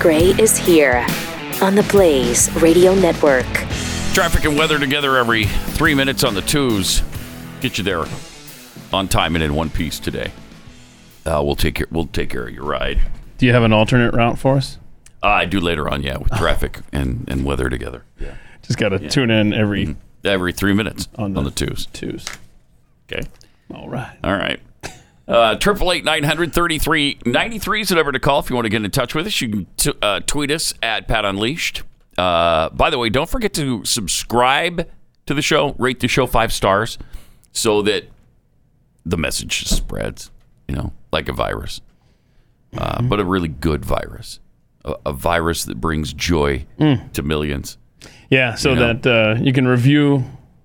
Gray is here on the Blaze Radio Network. Traffic and weather together every three minutes on the twos. Get you there on time and in one piece today. Uh, we'll take care. We'll take care of your ride. Do you have an alternate route for us? Uh, I do later on, yeah, with traffic and, and weather together. Yeah. Mm-hmm. Just got to tune in every Every three minutes On on the- the, twos. twos. Okay. All right. All right. Uh, Triple eight nine hundred thirty three ninety three is the number to call if you want to get in touch with us. You can t- uh, tweet us at Pat Unleashed. Uh, by the way, don't forget to subscribe to the show, rate the show five stars, so that the message just spreads. You know, like a virus, uh, but a really good virus, a, a virus that brings joy to millions. Yeah, so You know? that uh, you can review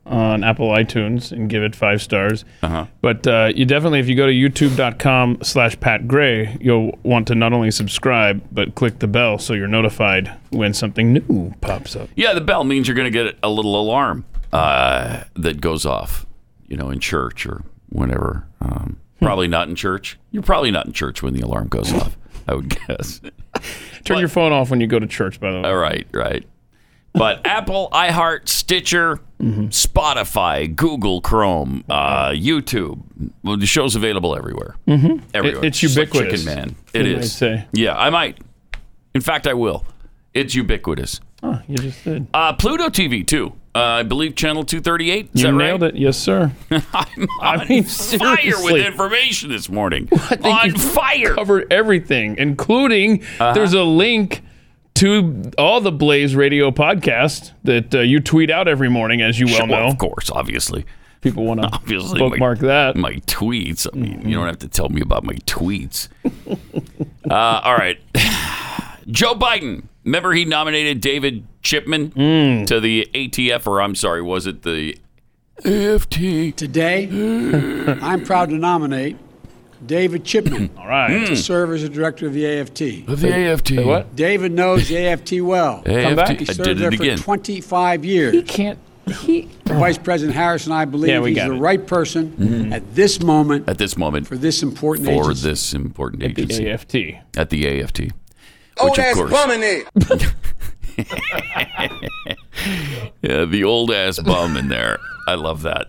on Apple iTunes and give it five stars. Uh-huh. But uh, you definitely, if you go to youtube.com slash Pat Gray, you'll want to not only subscribe, but click the bell so you're notified when something new pops up. Yeah, the bell means you're going to get a little alarm uh, that goes off, you know, in church or whenever. Um, Hmm. probably not in church. You're probably not in church when the alarm goes off, I would guess. Turn your phone off when you go to church, by the way. All right, right. But Apple, iHeart, Stitcher, Mm-hmm. Spotify, Google Chrome, uh, YouTube. Well, the show's available everywhere. Mm-hmm. Everywhere. It- it's Just like ubiquitous, Chicken Man. It you is. might say. Yeah, I might. In fact, I will. It's ubiquitous. Oh, you just did. Uh, Pluto TV too. Uh, I believe channel 238. Is you that nailed right? it. Yes, sir. I'm on I mean, fire with seriously. information this morning. think on you fire. covered everything, including Uh-huh. there's a link to all the Blaze Radio podcast that uh, you tweet out every morning, as you well Well, know. of course, obviously. People want to Obviously, bookmark my, that. My tweets. I mean, you don't have to tell me about my tweets. uh, all right. Joe Biden. Remember he nominated David Chipman Mm. to the ATF, or I'm sorry, was it the AFT? Today, I'm proud to nominate David Chipman All Hmm. right. to serve as the director of the AFT. Of the AFT. What? David knows the AFT well. AFT. back. I He served did there it for again. 25 years. Can't he? Vice President Harris and I believe Yeah, we he's got the it. right person at this moment At this moment, for this important for agency. this important The agency. AFT. at the AFT. Old Which, of ass course, bum in there. yeah, the old ass bum in there. I love that.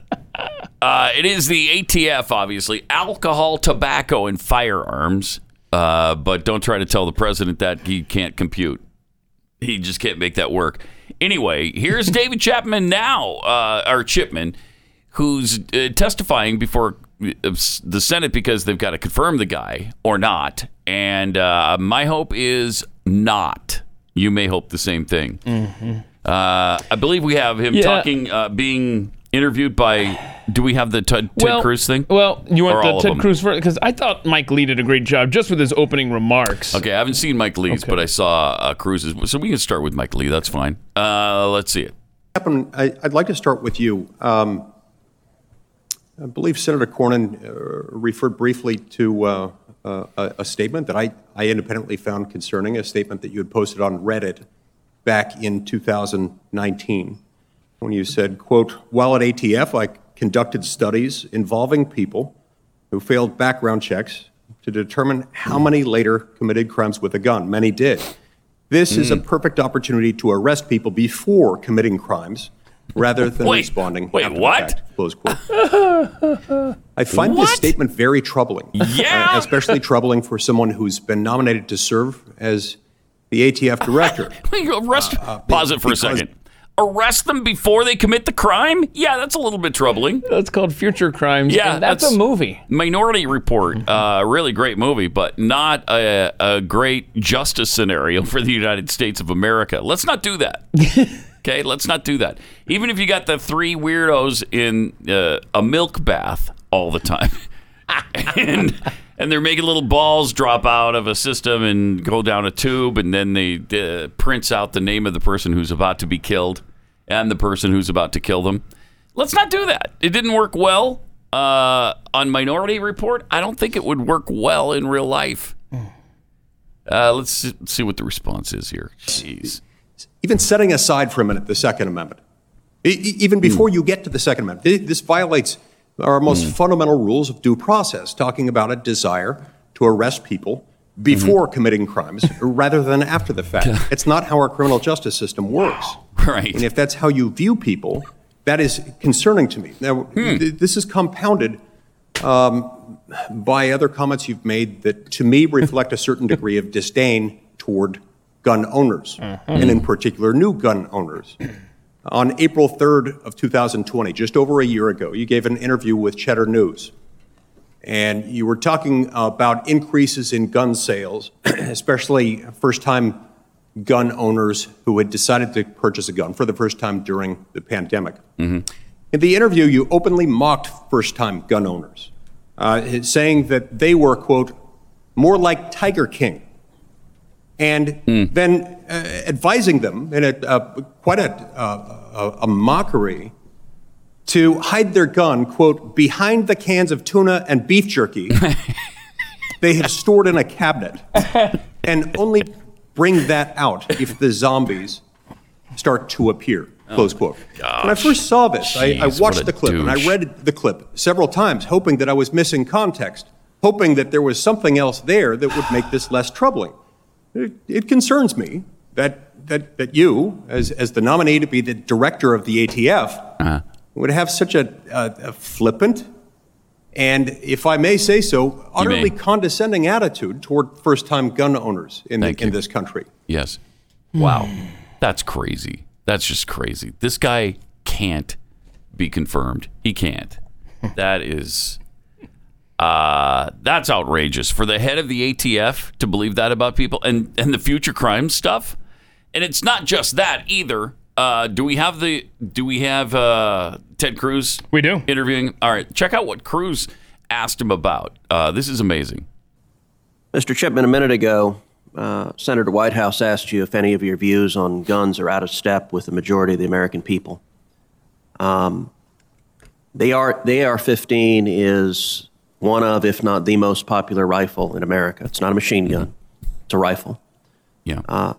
Uh, it is the ATF, obviously alcohol, tobacco, and firearms. Uh, but don't try to tell the president that he can't compute. He just can't make that work. Anyway, here's David Chapman now, uh, or Chipman, who's uh, testifying before uh, the Senate because they've got to confirm the guy or not. And uh, my hope is not. You may hope the same thing. Uh, I believe we have him Mm-hmm. Yeah. talking, uh, being interviewed by. Do we have the Ted, Ted Cruz thing? Well, you Or want all of the them? Ted Cruz first? Because I thought Mike Lee did a great job just with his opening remarks. Okay, I haven't seen Mike Lee's, but I saw uh, Cruz's. So we can start with Mike Lee. That's fine. Uh, let's see it. Captain, I- I'd like to start with you. Um, I believe Senator Cornyn uh, referred briefly to uh, uh, a a statement that I I independently found concerning, a statement that you had posted on Reddit back in 2019, when you said, quote, "While at ATF, I conducted studies involving people who failed background checks to determine how many later committed crimes with a gun. Many did. This is a Hmm. perfect opportunity to arrest people before committing crimes rather than Wait, responding. wait, after the what? fact," Close quote. I find What? this statement very troubling. Yeah. Uh, especially troubling for someone who's been nominated to serve as the ATF director. Wait, Arrest. pause it for a because- second. Arrest them before they commit the crime? Yeah, that's a little bit troubling. That's called Future Crimes. Yeah, and that's, that's- a movie. Minority Report, uh, really great movie, but not a, a great justice scenario for the United States of America. Let's not do that. Okay, let's not do that. Even if you got the three weirdos in uh, a milk bath all the time, and and they're making little balls drop out of a system and go down a tube, and then they uh, prints out the name of the person who's about to be killed and the person who's about to kill them. Let's not do that. It didn't work well uh, on Minority Report. I don't think it would work well in real life. Uh, let's see- see what the response is here. Jeez. Even setting aside for a minute the Second Amendment, e- e- even before Hmm. you get to the Second Amendment, thi- this violates our most fundamental rules of due process, talking about a desire to arrest people Hmm. before committing crimes rather than after the fact. It's not how our criminal justice system works. Right. And if that's how you view people, that is concerning to me. Now, th- this is compounded um, by other comments you've made that, to me, reflect a certain degree of disdain toward gun owners, and in particular, new gun owners. On April 3rd of 2020, just over a year ago, you gave an interview with Cheddar News and you were talking about increases in gun sales, especially first-time gun owners who had decided to purchase a gun for the first time during the pandemic. In the interview, you openly mocked first-time gun owners, uh, saying that they were, quote, more like Tiger King, and then uh, advising them in a, uh, quite a, uh, a a mockery to hide their gun, quote, behind the cans of tuna and beef jerky they had stored in a cabinet and only bring that out if the zombies start to appear, close quote. When I first saw this, I, I Oh Jeez, what a watched the clip and I douche. read the clip several times, hoping that I was missing context, hoping that there was something else there that would make this less troubling. It, it concerns me that, that, that you, as, as the nominee to be the director of the ATF, would have such a, a, a flippant and, if I may say so, utterly condescending attitude toward first time gun owners in, Thank the, in you. this country. Yes. Hmm. Wow. That's crazy. That's just crazy. This guy can't be confirmed. He can't. That is uh that's outrageous for the head of the ATF to believe that about people and and the future crime stuff. And it's not just that either. Uh, do we have the do we have uh, Ted Cruz? We do. interviewing. All right, check out what Cruz asked him about. Uh, this is amazing. Mr. Chipman, a minute ago, uh, Senator Whitehouse asked you if any of your views on guns are out of step with the majority of the American people. Um, the, AR, the AR 15 is one of, if not the most popular rifle in America. It's not a machine gun, it's a rifle. Yeah.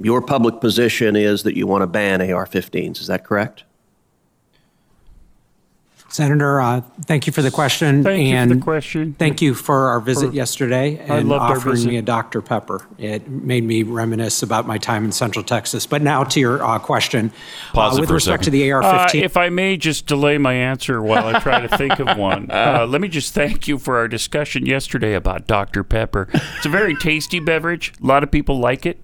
Your public position is that you want to ban AR 15s. Is that correct? Senator, uh, thank you for the question. Thank you for and the question. Thank you for our visit yesterday I and loved our offering visit. me a Dr. Pepper. It made me reminisce about my time in Central Texas. But now to your uh, question. Pause it with for a respect to second. the AR Uh, 15. if I may just delay my answer while I try to think of one, uh, let me just thank you for our discussion yesterday about Dr. Pepper. It's a very tasty beverage. A lot of people like it.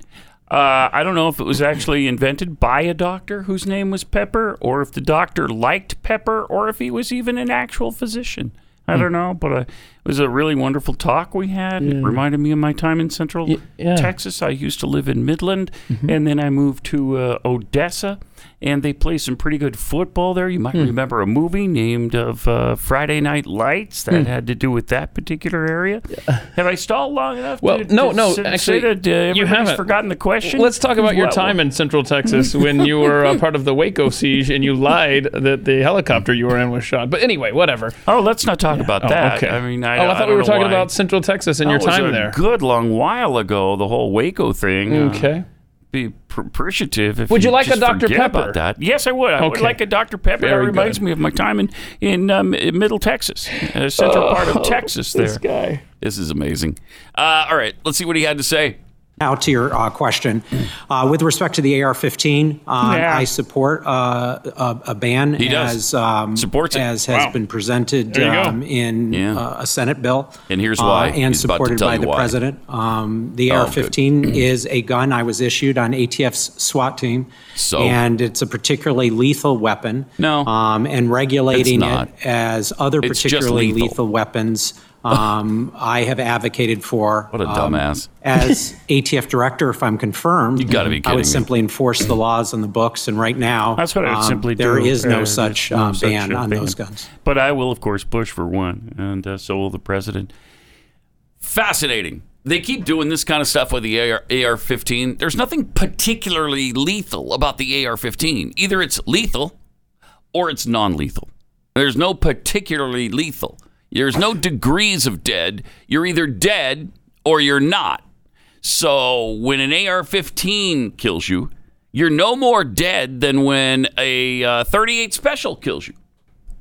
Uh, I don't know if it was actually invented by a doctor whose name was Pepper, or if the doctor liked Pepper, or if he was even an actual physician. I Hmm. don't know, but uh, it was a really wonderful talk we had. It reminded me of my time in Central yeah. Mm-hmm. Texas. Texas. I used to live in Midland, and then I moved to uh, Odessa, and they play some pretty good football there. You might Hmm. remember a movie named of uh, Friday Night Lights that Hmm. had to do with that particular area. Have I stalled long enough? Well, to, no, to no, say- say actually, that, uh, you everybody's haven't. forgotten the question. Let's talk about your Well, time in Central Texas when you were a part of the Waco siege and you lied that the helicopter you were in was shot. But anyway, whatever. Oh, let's not talk about Oh, that. okay. I mean, I, oh, I thought don't we were know talking why. about Central Texas and your That was time a there. Good long while ago, the whole Waco thing. uh, Okay. be pr- appreciative. If Would you like a just Dr. forget Pepper? About that. Yes, I would. I would Okay. like a Dr. Pepper. that Very reminds good. me of my time in in, um, in Middle Texas, uh, central part of Texas. There. Oh, guy. This is amazing. Uh, all right, let's see what he had to say. Now to your uh, question, uh, with respect to the AR-15, um, Yeah. I support uh, a, a ban He does. as um, Supports it. as has Wow. been presented There you go. um, in Yeah. uh, a Senate bill, Uh, And here's why. and He's about to supported tell by you the why. president. Um, the Oh, AR-15 is a gun I was issued on ATF's SWAT team, So? and it's a particularly lethal weapon. No. um, and regulating not. it as other It's just particularly lethal. weapons. Um, I have advocated for um, What a dumbass. as ATF director, if I'm confirmed, you gotta be I kidding me. would simply enforce the laws on the books. And right now, That's what I would simply um, there do. is no Uh, such there's no uh, such ban a on those ban. guns. But I will, of course, push for one, and uh, so will the president. Fascinating. They keep doing this kind of stuff with the AR, AR-15. There's nothing particularly lethal about the AR-15. Either it's lethal or it's non-lethal. There's no particularly lethal. There's no degrees of dead. You're either dead or you're not. So when an AR-15 kills you, you're no more dead than when a uh, 38 special kills you.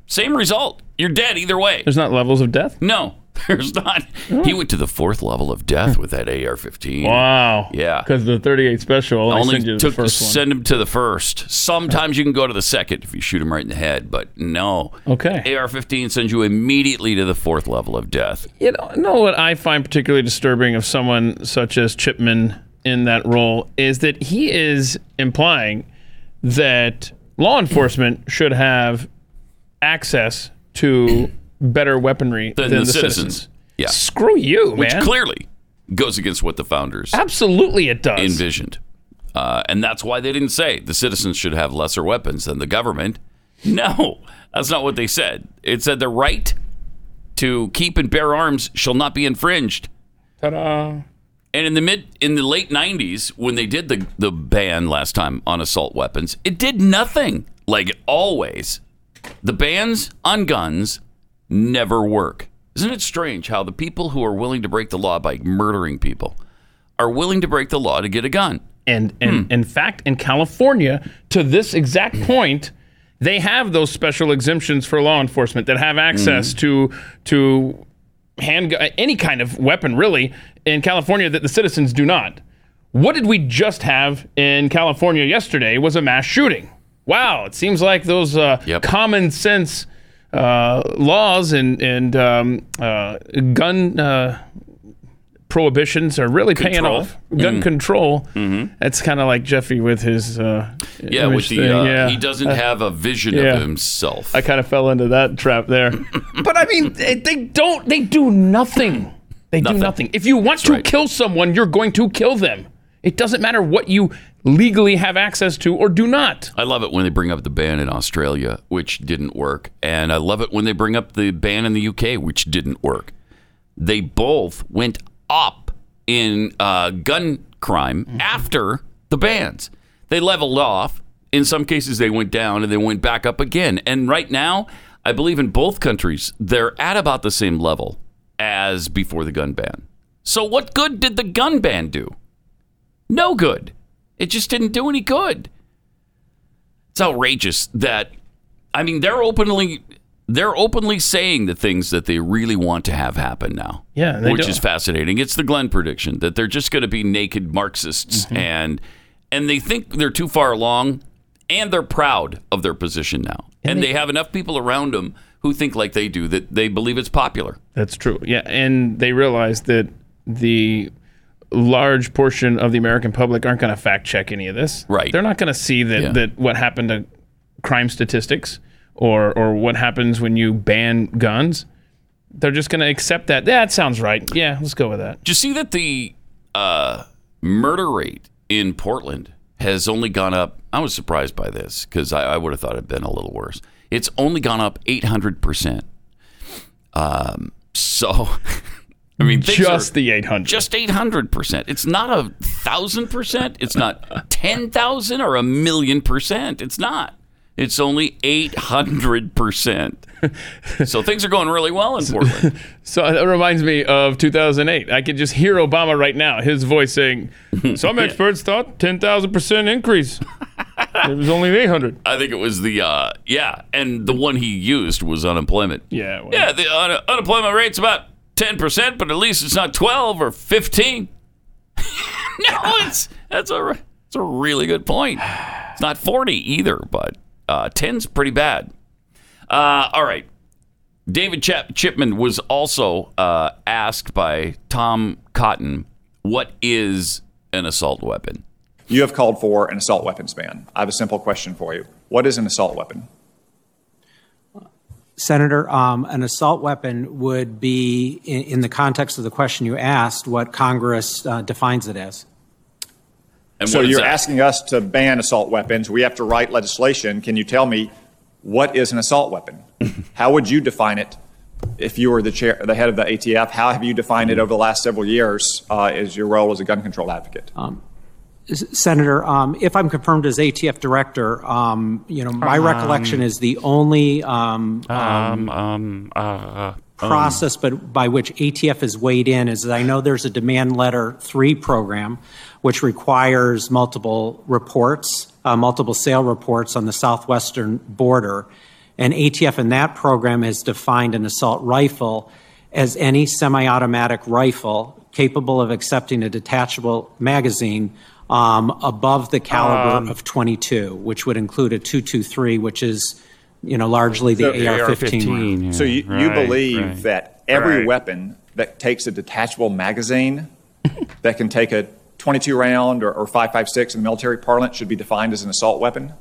Same result. You're dead either way. There's not levels of death. No. There's not. He went to the fourth level of death with that AR-15. Wow. Yeah. Because the 38 special only, Only sends you to took the first one. send him to the first. Sometimes you can go to the second if you shoot him right in the head, but no. Okay. AR-15 sends you immediately to the fourth level of death. You know, know what I find particularly disturbing of someone such as Chipman in that role is that he is implying that law enforcement should have access to better weaponry Than than the the, citizens. citizens. Yeah. Screw you, Which man. clearly goes against what the founders Absolutely, it does. envisioned. Uh, and that's why they didn't say the citizens should have lesser weapons than the government. No, that's not what they said. It said the right to keep and bear arms shall not be infringed. Ta-da. And in the mid in the late 90s when they did the the ban last time on assault weapons, it did nothing. Like always, the bans on guns never work. Isn't it strange how the people who are willing to break the law by murdering people are willing to break the law to get a gun? And, and in fact, in California, to this exact point, they have those special exemptions for law enforcement that have access to to hand any kind of weapon, really, in California that the citizens do not. What did we just have in California yesterday? Was a mass shooting. Wow! It seems like those uh, Yep. common sense uh, laws and and um, uh, gun. Uh, prohibitions are really paying Control. Mm. Mm-hmm. off. Gun control. That's kind of like Jeffy with his. Uh, Yeah, with image the thing. uh, yeah. he doesn't have a vision yeah. of himself. I kind of fell into that trap there. but I mean, they, they don't. They do nothing. They Nothing. do nothing. If you want to right. kill someone, you're going to kill them. It doesn't matter what you legally have access to or do not. I love it when they bring up the ban in Australia, which didn't work, and I love it when they bring up the ban in the UK, which didn't work. They both went up in uh, gun crime Mm-hmm. after the bans. They leveled off. In some cases, they went down and they went back up again. And right now, I believe in both countries, they're at about the same level as before the gun ban. So, what good did the gun ban do? No good. It just didn't do any good it's outrageous that I mean they're openly they're openly saying the things that they really want to have happen now. Yeah, they which do. is fascinating. It's the Glenn prediction that they're just going to be naked Marxists Mm-hmm. and and they think they're too far along and they're proud of their position now. And, they, have enough people around them who think like they do that they believe it's popular. That's true. Yeah, and they realize that the large portion of the American public aren't going to fact check any of this. Right. They're not going to see that Yeah. that what happened to crime statistics or or what happens when you ban guns. They're just going to accept that. Yeah, that sounds right. Yeah, let's go with that. Do you see that the uh, murder rate in Portland has only gone up? I was surprised by this because I, I would have thought it'd been a little worse. It's only gone up 800%. Um, so, I mean, things Just are- the 800. just 800%. It's not a 1,000%. It's not 10,000 or a million percent. It's not. It's only 800%. so things are going really well in Portland. So that reminds me of 2008. I could just hear Obama right now, his voice saying, "Some experts thought 10,000% increase. it was only 800." I think it was the uh, yeah, and the one he used was unemployment. Yeah. well- yeah. The un- unemployment rate's about ten percent, but at least it's not twelve or fifteen. no, it's that's a re- that's a really good point. It's not forty either, but uh, ten's pretty bad. Uh, all right, David Chap- Chipman was also uh, asked by Tom Cotton, "What is an assault weapon?" You have called for an assault weapons ban. I have a simple question for you. What is an assault weapon? Senator, um, an assault weapon would be, in, in the context of the question you asked, what Congress uh, defines it as. And So what is you're that? asking us to ban assault weapons. We have to write legislation. Can you tell me what is an assault weapon? how would you define it if you were the chair, the head of the ATF? How have you defined it over the last several years uh, as your role as a gun control advocate? Senator, um, if I'm confirmed as ATF director, um, you know, my recollection is the only um, Um, um, uh, process but by which ATF is weighed in is that I know there's a demand letter three program which requires multiple reports, uh, multiple sale reports on the southwestern border. And ATF in that program has defined an assault rifle as any semi-automatic rifle capable of accepting a detachable magazine um, above the caliber of 22, which would include a 223, which is you know largely the AR-15. round. yeah, So you, you right, believe right, that every right. weapon that takes a detachable magazine that can take a 22 round or, or 5.56 in the military parlance should be defined as an assault weapon?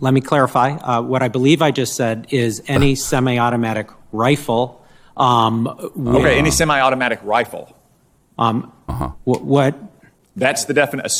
Let me clarify. Uh, what I believe I just said is any semi-automatic rifle. Um, with- Uh-huh. Okay, any semi-automatic rifle. wh- what That's the definite.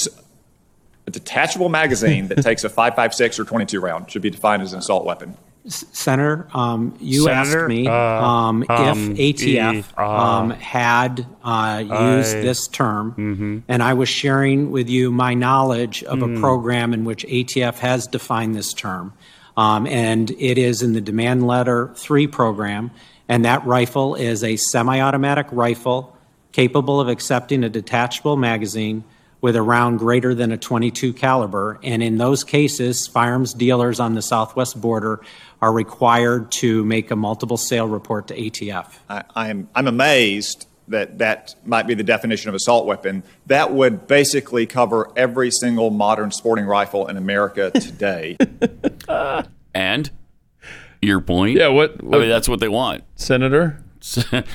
A detachable magazine that takes a 5.56 or 22 round should be defined as an assault weapon. Senator, um, you Senator, asked me uh, um, if um, ATF eh, uh, um, had uh, used I- Mm-hmm. this term, and I was sharing with you my knowledge of a program in which ATF has defined this term, um, and it is in the Demand Letter Three program, and that rifle is a semi-automatic rifle capable of accepting a detachable magazine with a round greater than a 22 caliber and in those cases firearms dealers on the southwest border are required to make a multiple sale report to ATF I, I'm, I'm amazed that that might be the definition of assault weapon. That would basically cover every single modern sporting rifle in America today. And your point? Yeah, what, I what mean, that's what they want. Senator?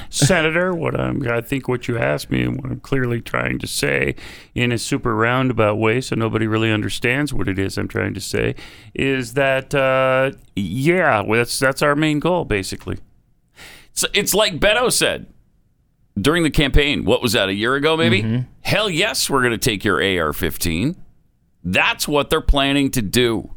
Senator, what I'm, I think what you asked me and what I'm clearly trying to say in a super roundabout way, so nobody really understands what it is I'm trying to say, is that uh, yeah, well, that's that's our main goal basically. It's, it's like Beto said during the campaign. What was that, a year ago, maybe? Hell yes, we're going to take your AR 15. That's what they're planning to do,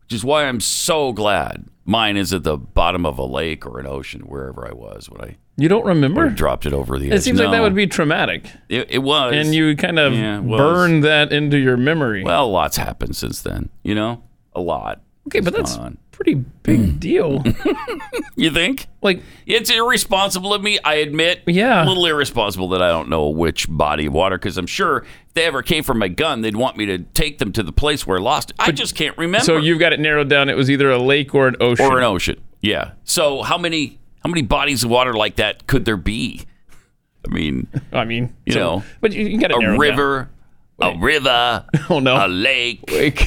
which is why I'm so glad mine is at the bottom of a lake or an ocean, wherever I was when I You don't remember? dropped it over the edge. It seems like that No, would be traumatic. It, it was. And you kind of Yeah, it was. burn that into your memory. Well, lots happened since then, you know? A lot. okay, but that's on. Hmm. pretty big deal. You think? like, It's irresponsible of me, I admit. Yeah. A little irresponsible that I don't know which body of water because I'm sure if they ever came for my gun, they'd want me to take them to the place where I lost it. I just can't remember. so you've got it narrowed down. It was either a lake or an ocean. or an ocean. Yeah. So how many how many bodies of water like that could there be? I mean, I mean, You so- know, but you, you got it a narrowed river, a river, Down. Oh a no! lake, Wait,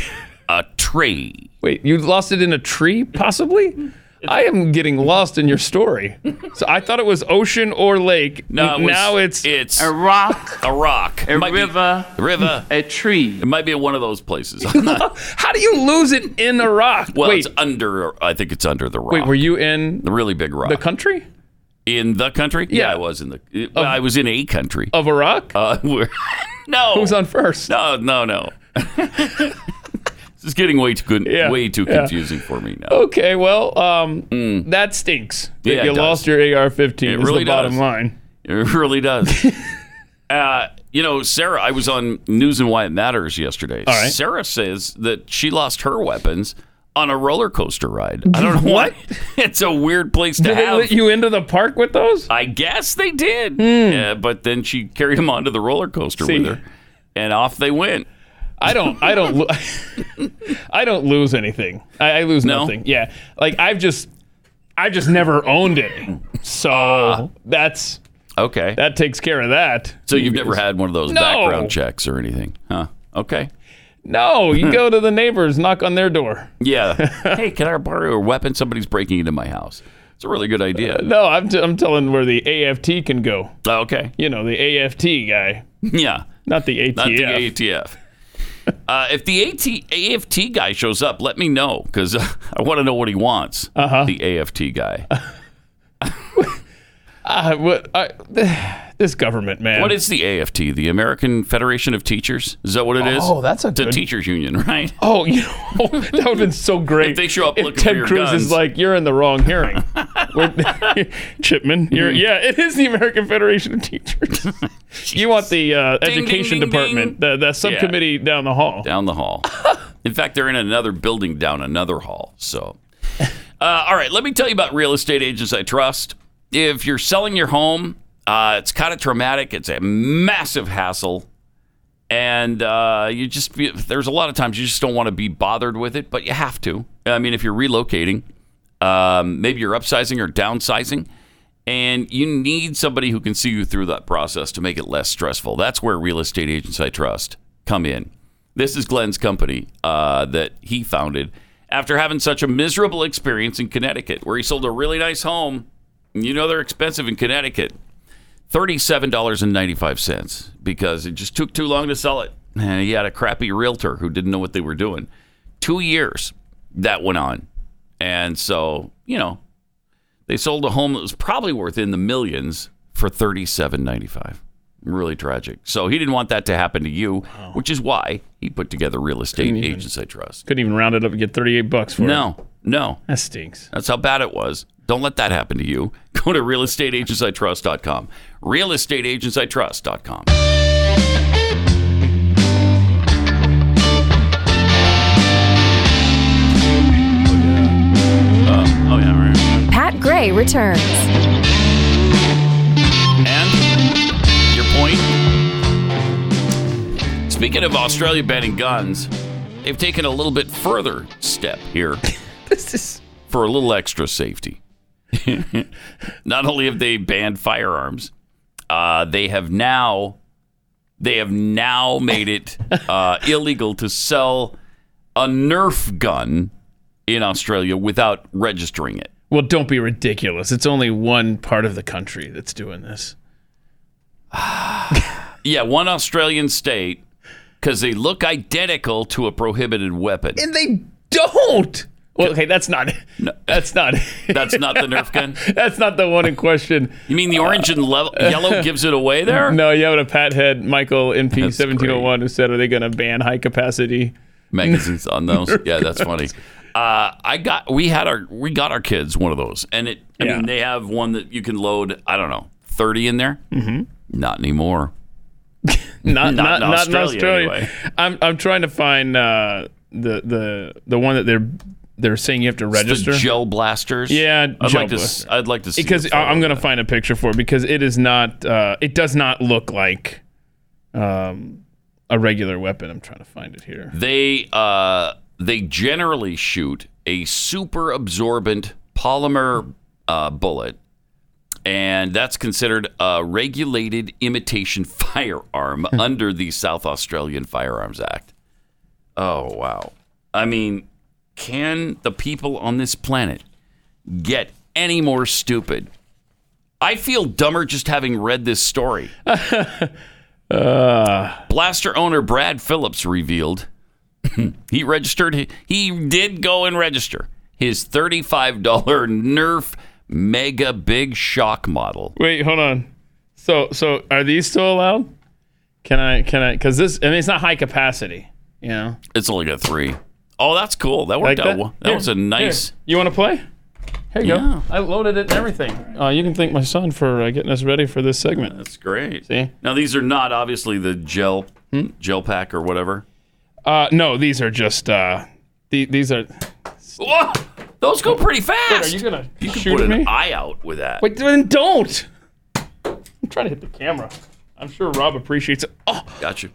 a tree. wait, you lost it in a tree, possibly? I am getting lost in your story. So I thought it was ocean or lake. No, it was- now it's it's A rock, a rock, a Might be- river, river. a tree. It might be one of those places. I'm not- How do you lose it in a rock? well, wait, it's under. I think it's under the rock. wait, were you in the really big rock? the country In the country? Yeah, Yeah. Oh. I was in the. it- well, I was in a country. of Iraq? Uh, where- no. Who's on first? No, no, no. this is getting way too good, Yeah, way too yeah. Oh, confusing for me now. Okay, well, um, that stinks. That Hmm. Yeah, it you does. lost your AR-15. It is really the bottom does. line. It really does. uh, you know, Sarah, I was on News and Why It Matters yesterday. All right. Sarah says that she lost her weapons on a roller coaster ride. I don't know what. it's a weird place to Did they have. let you into the park with those? I guess they did. Yeah, but then she carried them onto the roller coaster See. with her, and off they went. I don't. I don't. lo- I don't lose anything. I, I lose No? nothing. Yeah. Like I've just, I've just never owned it. So Ah. that's Okay. that takes care of that. so you've never had one of those No. background checks or anything, huh? Okay. No, Hmm. you go to the neighbors, knock on their door. Yeah. hey, can I borrow a weapon? Somebody's breaking into my house. It's a really good idea. No, I'm, t- I'm telling where the AFT can go. Okay. You know, the AFT guy, Yeah. not the ATF. Not the ATF. Uh, if the AT, AFT guy shows up, let me know because I want to know what he wants. Uh-huh. The AFT guy. I- Uh, what- I- this government, man. What is the AFT? The American Federation of Teachers? Is that what it is? Oh, that's a It's a good- teachers union, right? Oh, you know, that would have been so great. If they show up if looking for Ted your Cruz guns. is like, you're in the wrong hearing. We're- Chipman, Mm-hmm. you're, yeah, it is the American Federation of Teachers. you want the uh, ding, Education ding, Department, The, the subcommittee down the hall. down the hall. In fact, they're in another building down another hall. So, uh, all right, let me tell you about real estate agents I trust. If you're selling your home, uh, it's kind of traumatic. It's a massive hassle, and uh, you just be, there's a lot of times you just don't want to be bothered with it, but you have to. I mean, if you're relocating, um, maybe you're upsizing or downsizing And you need somebody who can see you through that process to make it less stressful. That's where real estate agents I trust come in. This is Glenn's company uh, that he founded after having such a miserable experience in Connecticut, where he sold a really nice home. You know they're expensive in Connecticut. $37.95 because it just took too long to sell it. And he had a crappy realtor who didn't know what they were doing. Two years that went on. And so, you know, they sold a home that was probably worth in the millions for $37.95. Really tragic. So he didn't want that to happen to you, which is why he put together Real Estate even- Agents I Trust. Couldn't even round it up and get 38 bucks for it. No, no. That stinks. That's how bad it was. Don't let that happen to you. Go to realestateagentsitrust.com. Realestateagentsitrust.com. Oh, yeah, right. Pat Gray returns. And your point? Speaking of Australia banning guns, they've taken a little bit further step here. This is for a little extra safety. Not only have they banned firearms, uh, they have now they have now made it uh, illegal to sell a Nerf gun in Australia without registering it. well. Don't be ridiculous. It's only one part of the country that's doing this. Yeah, one Australian state because they look identical to a prohibited weapon. and they don't. Well, okay, that's not. That's not. That's not the Nerf gun. that's not the one in question. You mean the orange and le- yellow gives it away there? No, you have a pat head, Michael NP That's seventeen oh one, who said, "Are they going to ban high capacity?" magazines on those. Yeah, that's funny. Uh, I got we had our we got our kids one of those, and it. I Yeah. mean, they have one that you can load. I don't know, thirty in there. Mm-hmm. Not anymore. Not Not not not, in in Australia, Australia. anyway. I'm I'm trying to find uh, the the the one that they're they're saying you have to register The gel blasters. Yeah, I'd gel like to. s- blaster. I'd like to see because a I, photo I'm of going to that. find a picture for it because it is not. Uh, it does not look like um, a regular weapon. I'm trying to find it here. They uh, they generally shoot a super absorbent polymer uh, bullet, and that's considered a regulated imitation firearm under the South Australian Firearms Act. Oh wow! I mean, can the people on this planet get any more stupid? I feel dumber just having read this story. Blaster owner Brad Phillips revealed he registered. He did go and register his $35 Nerf Mega Big Shock model. Wait, hold on. So, so are these still allowed? Can I? Can I? Because this, I mean, it's not high capacity. You know, It's only got three. Oh, that's cool. That worked Like out. that. well. That Here, was a nice. Here, you want to play? Here you Yeah. go. I loaded it and everything. Uh, you can thank my son for uh, getting us ready for this segment. That's great. See? Hmm? Now these are not obviously the gel gel pack or whatever. Uh, no, these are just. Uh, the, these are. Whoa, those go pretty Are fast. you gonna shoot Put at an me? eye out with that. Wait, then don't. I'm trying to hit the camera. I'm sure Rob appreciates it. Oh, Got you.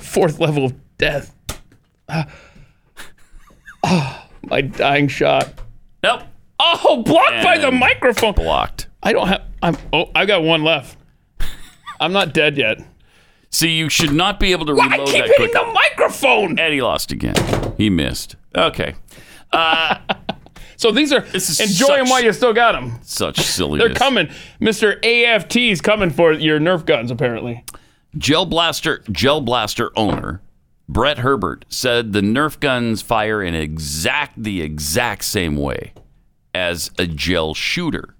fourth level of death. Ah. Ah, my dying shot. Nope. Oh, blocked by the And- microphone. Blocked. I don't have. I'm. Oh, I got one left. I'm not dead yet. See, you should not be able to I reload keep that hitting quickly. the microphone. And he lost again. He missed. Okay. So these are. is enjoy such- them while you still got them. Such They're silliness. coming, Mister AFT's coming for your Nerf guns. Apparently, Gel blaster, gel blaster owner Brett Herbert said the Nerf guns fire in exact the exact same way as a gel shooter.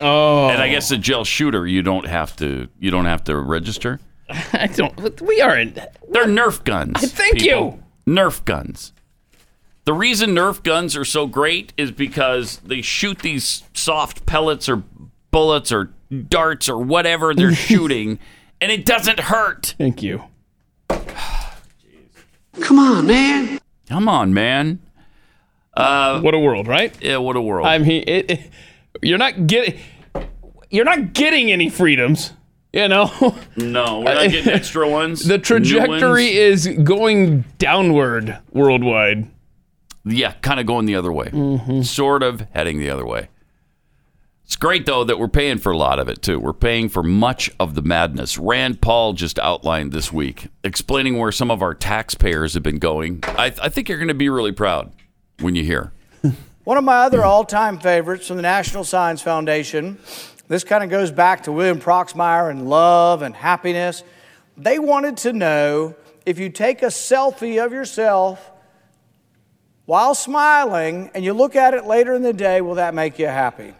Oh. and I guess a gel shooter you don't have to you don't have to register. I don't. We are in. They're Nerf guns. Thank you. you. Nerf guns. The reason Nerf guns are so great is because they shoot these soft pellets or bullets or darts or whatever they're shooting, and it doesn't hurt. Thank you. Come on, man. Come on, man. What a world, right? Yeah, what a world. I mean, it, it- you're not getting. You're not getting any freedoms. You know, no, we're not getting extra ones. the new trajectory ones. is going downward worldwide. Mm-hmm. yeah, kind of going the other way, sort of heading the other way. It's great, though, that we're paying for a lot of it, too. We're paying for much of the madness. Rand Paul just outlined this week, explaining where some of our taxpayers have been going. I, I think you're going to be really proud when you hear. One of my other all time favorites from the National Science Foundation, this kind of goes back to William Proxmire and love and happiness. They wanted to know if you take a selfie of yourself while smiling and you look at it later in the day, will that make you happy?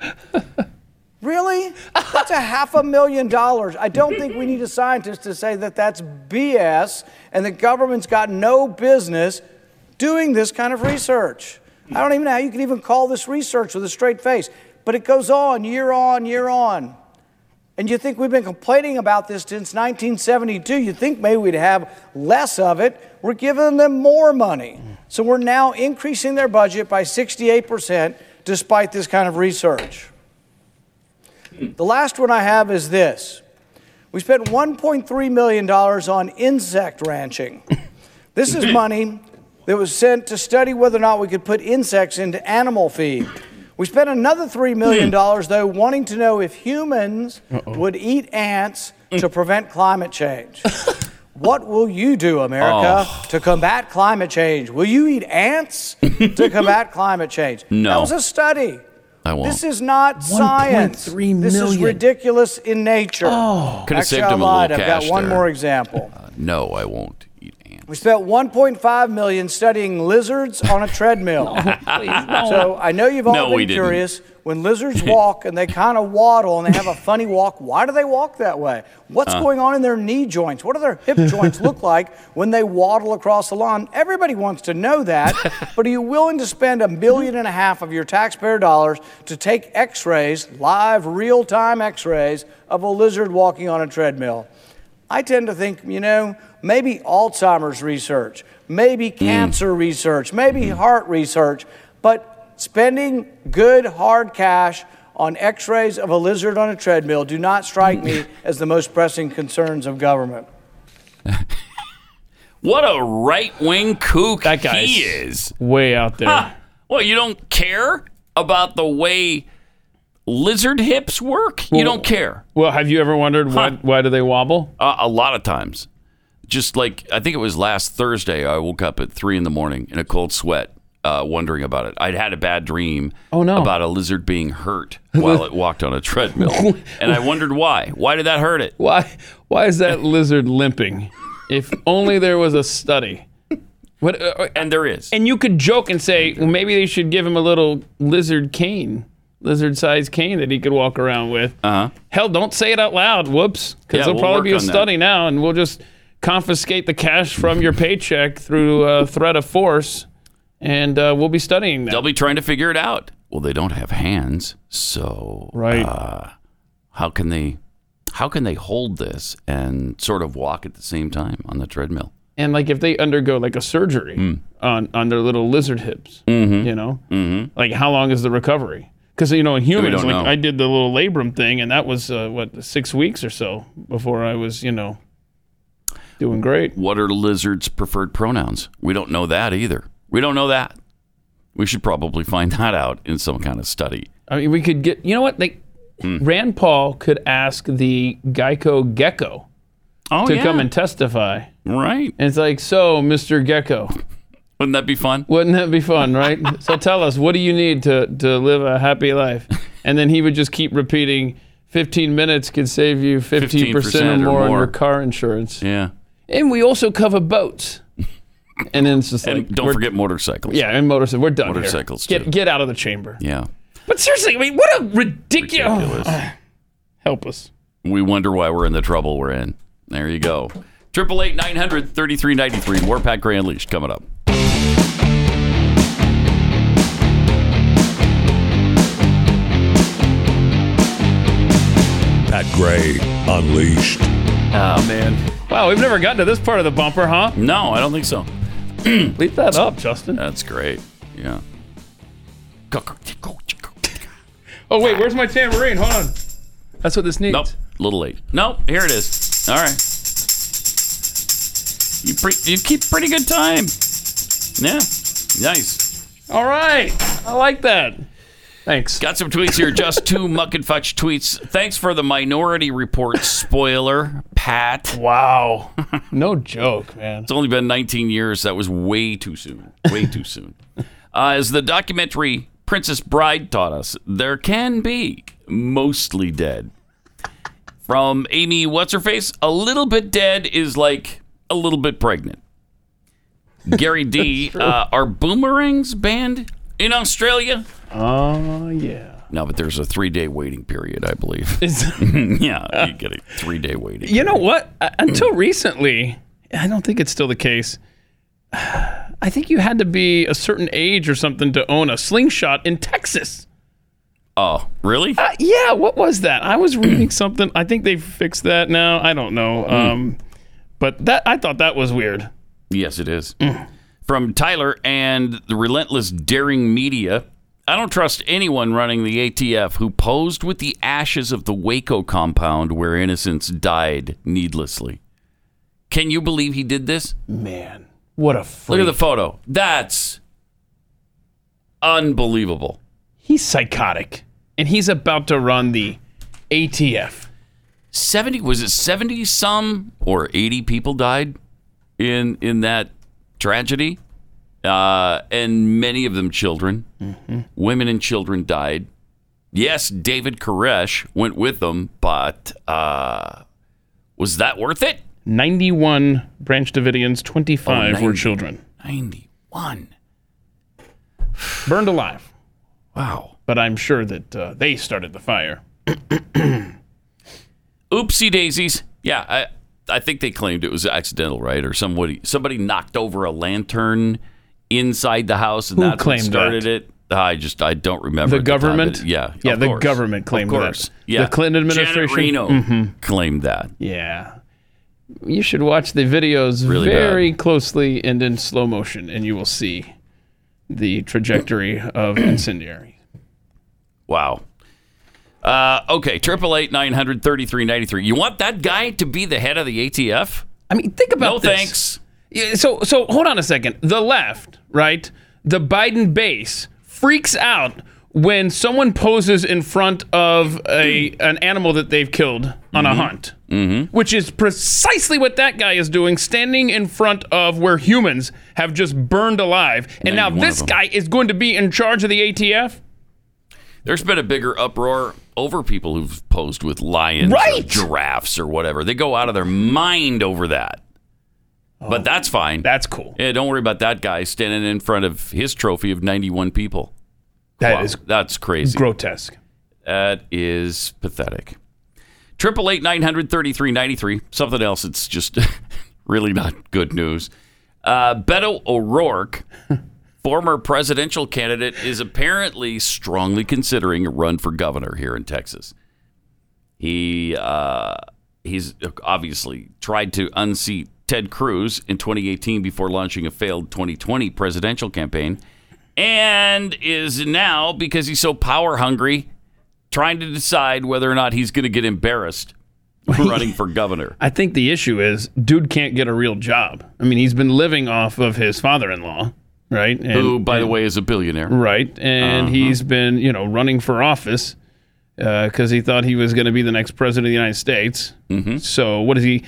really? That's a half a million dollars. I don't think we need a scientist to say that that's BS and the government's got no business doing this kind of research. I don't even know how you can even call this research with a straight face, but it goes on year on, year on. And you think we've been complaining about this since 1972. You think maybe we'd have less of it. We're giving them more money. So we're now increasing their budget by 68% despite this kind of research. The last one I have is this we spent $1.3 million on insect ranching. This is money that was sent to study whether or not we could put insects into animal feed. We spent another $3 million, though, wanting to know if humans would eat ants to prevent climate change. what will you do, America, to combat climate change? Will you eat ants to combat climate change? No. That was a study. I won't. This is not science. 1.3 This is million. ridiculous in nature. Oh. Coulda saved I him a little lied. I've got cash one there. more example. no, I won't eat ants. We spent 1.5 million studying lizards on a treadmill. So I know you've all No, we been didn't. curious. When lizards walk and they kind of waddle and they have a funny walk, why do they walk that way? What's Uh. going on in their knee joints? What do their hip joints look like when they waddle across the lawn? Everybody wants to know that, but are you willing to spend a million and a half of your taxpayer dollars to take x-rays, live real-time x-rays of a lizard walking on a treadmill? I tend to think, you know, maybe Alzheimer's research, maybe cancer research, maybe heart research, but spending good hard cash on x rays of a lizard on a treadmill do not strike me as the most pressing concerns of government. What a right wing kook That guy he is- is. Way out there. Huh. Well, you don't care about the way lizard hips work? You don't care. Well, have you ever wondered why, why do they wobble? Uh, a lot of times. Just like, I think it was last Thursday, I woke up at three in the morning in a cold sweat, uh, wondering about it. I'd had a bad dream Oh, no. about a lizard being hurt while it walked on a treadmill. and I wondered why. Why did that hurt it? Why why is that lizard limping? If only there was a study. What, uh, And there is. and you could joke and say, well, maybe they should give him a little lizard cane, lizard-sized cane that he could walk around with. Uh-huh. Hell, don't say it out loud. Whoops, because Yeah, there'll we'll probably be a work on that. study now, and we'll just confiscate the cash from your paycheck through uh, threat of force, and uh, we'll be studying that. They'll be trying to figure it out. Well, they don't have hands, so uh, Right. how can they how can they hold this and sort of walk at the same time on the treadmill? and like if they undergo like a surgery Hmm. on on their little lizard hips, Mm-hmm. you know, like how long is the recovery? Because you know in humans, don't like know. I did the little labrum thing, and that was uh, what six weeks or so before I was you know doing great. What are lizards' preferred pronouns? We don't know that either. We don't know that. We should probably find that out in some kind of study. I mean, we could get you know what like Hmm. Rand Paul could ask the Geico Gecko Oh to come and testify, right? and it's like so, Mister Gecko. Wouldn't that be fun? Wouldn't that be fun, right? so tell us, what do you need to, to live a happy life? And then he would just keep repeating, 15 minutes could save you 15%, 15% or or, more on your more. car insurance. Yeah. And we also cover boats. And then it's just like, And don't we're- forget motorcycles. Yeah, and motorcycles. We're done. here. Motorcycles, too. Get, get out of the chamber. Yeah. But seriously, I mean, what a ridiculous. Help us. we wonder why we're in the trouble we're in. There you go. Triple eight nine hundred thirty three ninety three. More Pat Gray Unleashed coming up. Pat Gray Unleashed. Oh man. Wow, we've never gotten to this part of the bumper, huh? No, I don't think so. Leave that up, Justin. That's great. Yeah. Oh, wait, where's my tambourine? Hold on. That's what this needs. Nope. A little late. Nope. Here it is. All right. You pre- you keep pretty good time. Yeah. Nice. All right. I like that. Thanks. Got some tweets here. Just two muck and fudge tweets. Thanks for the minority report spoiler, Pat. Wow. No joke, man. It's only been 19 years. That was way too soon. Way too soon. Uh, as the documentary Princess Bride taught us, there can be mostly dead. From Amy, what's her face? A little bit dead is like a little bit pregnant. Gary D, uh, are boomerangs banned in Australia? Oh, yeah. No, but there's a three day waiting period, I believe. yeah, you get a three day waiting. You know what? Uh, Until recently, I don't think it's still the case. I think you had to be a certain age or something to own a slingshot in Texas. Oh, really? Uh, yeah, what was that? I was reading something. I think they fixed that now. I don't know. Um, but that I thought that was weird. Yes, it is. From Tyler and the relentless daring media. I don't trust anyone running the ATF who posed with the ashes of the Waco compound where innocents died needlessly. Can you believe he did this? Man, what a freak. Look at the photo. That's unbelievable. He's psychotic. And he's about to run the ATF. 70 was it 70 some or 80 people died in in that tragedy uh, and many of them children women and children died yes david koresh went with them but uh, was that worth it 91 Branch Davidians, 25 Oh, were 90. children. 91 Burned alive. wow But I'm sure that uh, they started the fire. oopsie daisies yeah i i think they claimed it was accidental right or somebody somebody knocked over a lantern inside the house and Who that's what claimed started it I just I don't remember the at time, government? but yeah, Yeah, of the course. government claimed Of course, that. yeah. The Clinton administration. Mm-hmm. Janet Reno claimed that. Yeah. You should watch the videos Really very closely and in slow motion, and you will see the trajectory of incendiary. Wow. Uh, okay, triple eight nine hundred thirty three ninety three. You want that guy to be the head of the ATF? I mean, think about No this. thanks. Yeah, so so hold on a second. The left, right? The Biden base freaks out when someone poses in front of a an animal that they've killed on a hunt. Mm-hmm. Which is precisely what that guy is doing, standing in front of where humans have just burned alive. And now 91 of this them. guy is going to be in charge of the ATF? There's been a bigger uproar over people who've posed with lions, or Right. giraffes, or whatever. They go out of their mind over that. Oh. but that's fine. That's cool. yeah, don't worry about that guy standing in front of his trophy of ninety one people. That Wow, is that's crazy. grotesque. That is pathetic. Triple eight nine hundred thirty three ninety three. Something else. It's just really not good news. Uh, Beto O'Rourke, former presidential candidate, is apparently strongly considering a run for governor here in Texas. He uh, he's obviously tried to unseat Ted Cruz in 2018 before launching a failed 2020 presidential campaign, and is now because he's so power hungry, trying to decide whether or not he's going to get embarrassed for running for governor. I think the issue is dude can't get a real job. I mean, he's been living off of his father-in-law, right? And, Who, by the way, is a billionaire. right, and Uh-huh. he's been you know running for office because he thought he was going to be the next president of the United States. Mm-hmm. So what is he?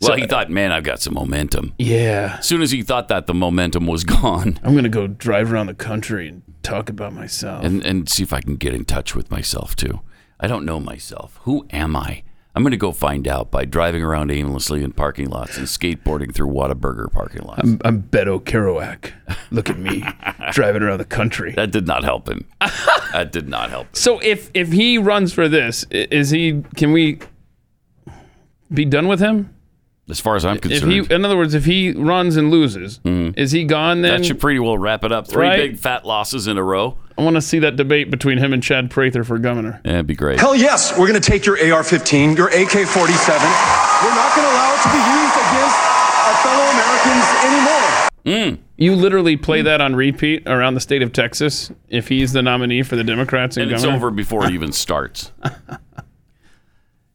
Well, he thought, man, I've got some momentum. Yeah, As soon as he thought that, the momentum was gone. I'm going to go drive around the country and talk about myself. and and see if I can get in touch with myself too. I don't know myself. Who am I? I'm going to go find out by driving around aimlessly in parking lots and skateboarding through Whataburger parking lots. I'm, I'm Beto Kerouac. Look at me driving around the country. that did not help him. that did not help. Him. So if if he runs for this, i- is he? Can we be done with him? As far as I'm if concerned, Mm-hmm. he, in other words, if he runs and loses, is he gone then? that should pretty well wrap it up. Three Right. big fat losses in a row. I want to see that debate between him and Chad Prather for governor. That'd be great. Hell yes, we're going to take your AR 15, your AK 47. We're not going to allow it to be used against our fellow Americans anymore. You literally play that on repeat around the state of Texas if he's the nominee for the Democrats and, and it's governor. over before it even starts.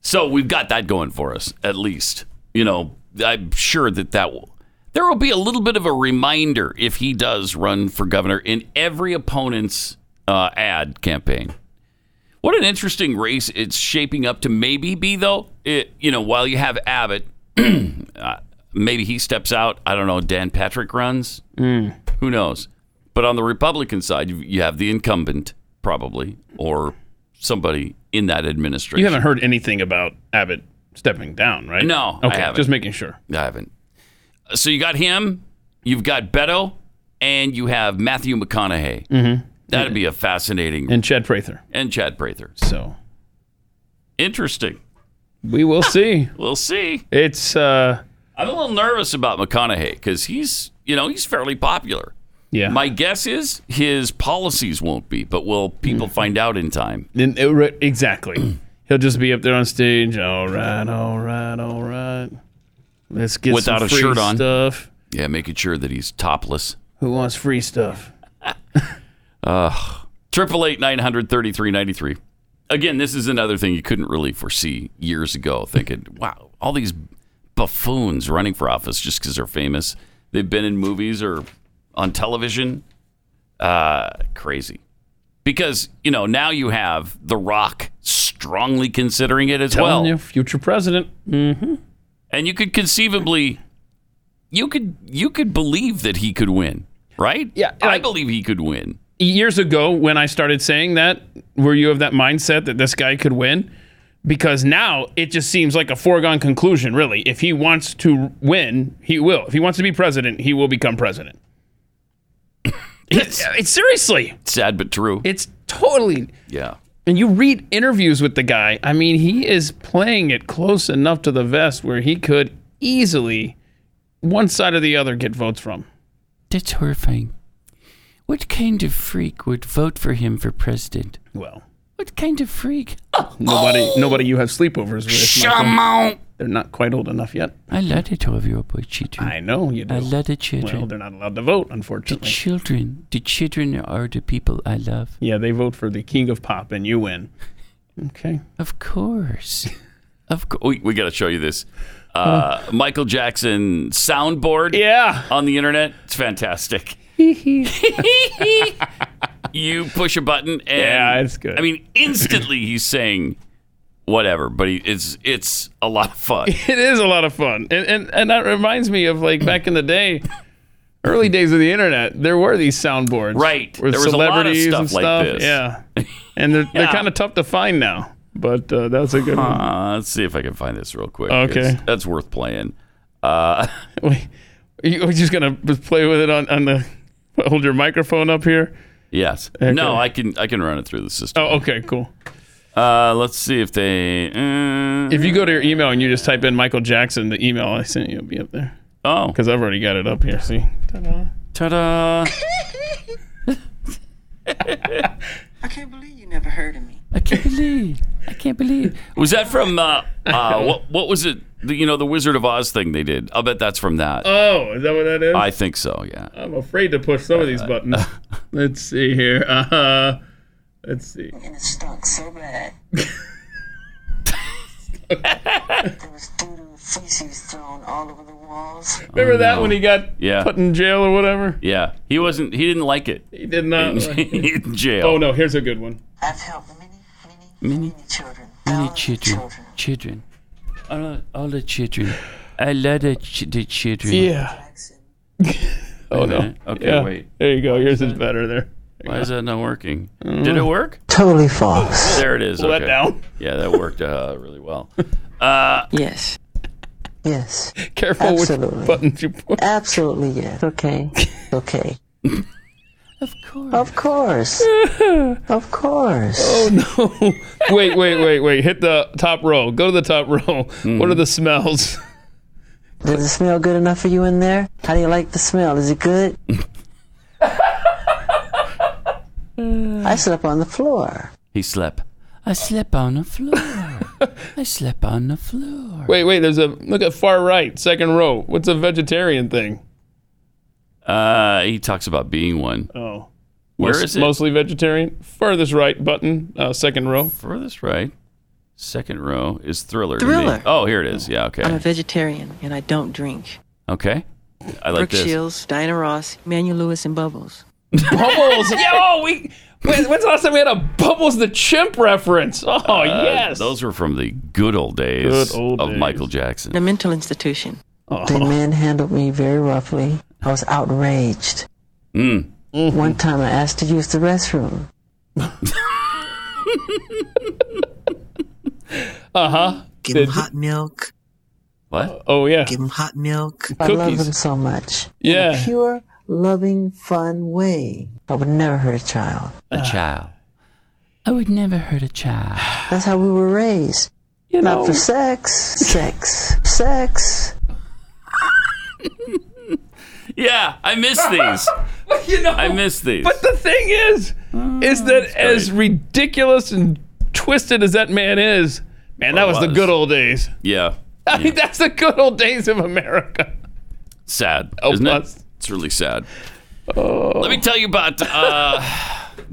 so we've got that going for us, at least. You know, I'm sure that that will. There will be a little bit of a reminder if he does run for governor in every opponent's uh, ad campaign. What an interesting race it's shaping up to maybe be, though. It, you know, while you have Abbott, uh, maybe he steps out. I don't know. Dan Patrick runs. Hmm. Who knows? But on the Republican side, you- you have the incumbent, probably, or somebody in that administration. You haven't heard anything about Abbott stepping down, right? No, I Okay, haven't. just making sure. I haven't. So you got him, you've got Beto, and you have Matthew McConaughey. Mm-hmm. That'd be a fascinating And Chad Prather. and Chad Prather. So Interesting. we will see. We'll see. It's uh, I'm a little nervous about McConaughey because he's, you know, he's fairly popular. Yeah. My guess is his policies won't be, but will people find out in time? then it, re- exactly. He'll just be up there on stage. All right, all right, all right. Let's get Without some a free shirt on. Stuff. Yeah, making sure that he's topless. Who wants free stuff? Triple eight nine hundred thirty three ninety three. Again, this is another thing you couldn't really foresee years ago. Thinking, wow, all these buffoons running for office just because they're famous. They've been in movies or on television. Uh, crazy. Because you know now you have The Rock strongly considering it as Telling well, you, future president. Mm-hmm. and you could conceivably, you could you could believe that he could win, right? Yeah, I believe he could win. years ago when I started saying that, were you of that mindset that this guy could win? Because now it just seems like a foregone conclusion, really. If he wants to win, he will. If he wants to be president, he will become president. it's, it's seriously. Sad but true. It's totally. Yeah. And you read interviews with the guy. I mean, he is playing it close enough to the vest where he could easily, one side or the other, get votes from. That's horrifying. What kind of freak would vote for him for president? Well, What kind of freak? nobody, Oh. nobody you have sleepovers with. Shut Michael. out. They're not quite old enough yet. I love the 12 year old boy children. I know you do. I love the children. Well, they're not allowed to vote, unfortunately. Children. The children are the people I love. Yeah, they vote for the king of pop, and you win. Okay. Of course. Of course, we, we got to show you this uh, Oh. Michael Jackson soundboard. Yeah, on the internet, it's fantastic. you push a button, and yeah, it's good. I mean, instantly he's saying whatever, but he, it's it's a lot of fun. It is a lot of fun, and and, and that reminds me of like back in the day. Early days of the internet, there were these soundboards, Right. Where There was a lot of celebrities stuff and like stuff. this. Yeah, and they're, they're Yeah. kind of tough to find now, but uh, that's a good one. Uh, let's see if I can find this real quick. Okay. It's- that's worth playing. Uh, You're just gonna play with it on on the hold your microphone up here. yes. Okay. No, I can I can run it through the system. Oh, okay, cool. Uh, let's see if they. uh, Oh. If you go to your email and you just type in Michael Jackson, the email I sent you will be up there. Oh. Because I've already got it up here. See? Ta-da. Ta-da. I can't believe you never heard of me. I can't believe. I can't believe. Was that from uh, uh, what? What was it? The, you know, the Wizard of Oz thing they did. I'll bet that's from that. Oh, is that what that is? I think so. Yeah. I'm afraid to push some of these buttons. let's see here. Uh, let's see. And it stunk so bad. there was doodle feces thrown all over the walls. Remember that when he got Yeah. put in jail or whatever? Yeah. He wasn't. He didn't like it. He did not. like it. in jail. Oh no, here's a good one. I've helped many, Many, children. many children. Children. All, all the children. I love the, ch- the children. Yeah. Oh no. minute. Okay, Yeah. wait. There you go. Yours is better there. Why is that not working? Mm. Did it work? Totally false. There it is. Pull that okay. down. Yeah, that worked uh, really well. Uh, yes. Yes. Careful Absolutely. which buttons you push. Absolutely, yes. Okay. Okay. of course. Of course. of course. Oh no. wait, wait, wait, wait. Hit the top row. Go to the top row. Hmm. What are the smells? Does it smell good enough for you in there? How do you like the smell? Is it good? I slept on the floor. he slept. I slept on the floor. I slept on the floor. Wait, wait. There's a look at far right, second row. What's a vegetarian thing? Uh, he talks about being one. Oh, Where Most- is it? Mostly vegetarian. Farthest right button, uh, second row. Furthest right. Second row is thriller. to me. Thriller. Oh, here it is. Yeah. Okay. I'm a vegetarian and I don't drink. Okay. I like Brooke this. Shields, Diana Ross, Manuel Lewis, and Bubbles. Bubbles. Yo, we When's the last time we had a Bubbles the Chimp reference? Oh, Uh, yes. Those were from the good old days Good old of days. Michael Jackson. The mental institution. Oh. They manhandled me very roughly. I was outraged. Mm. One time I asked to use the restroom. Uh huh. Give him hot milk. What? Oh, yeah. Give him hot milk. I love Cookies. him so much. In Yeah. a pure, loving, fun way. I would never hurt a child. A child. I would never hurt a child. That's how we were raised. You Not know. for sex, sex, sex. Yeah, I miss these. you know, I miss these. But the thing is, is that as ridiculous and twisted as that man is, man, that was, the was. good old days. yeah. I mean, that's the good old days of America. Sad, Oh, isn't it? It's really sad. Let me tell you about uh,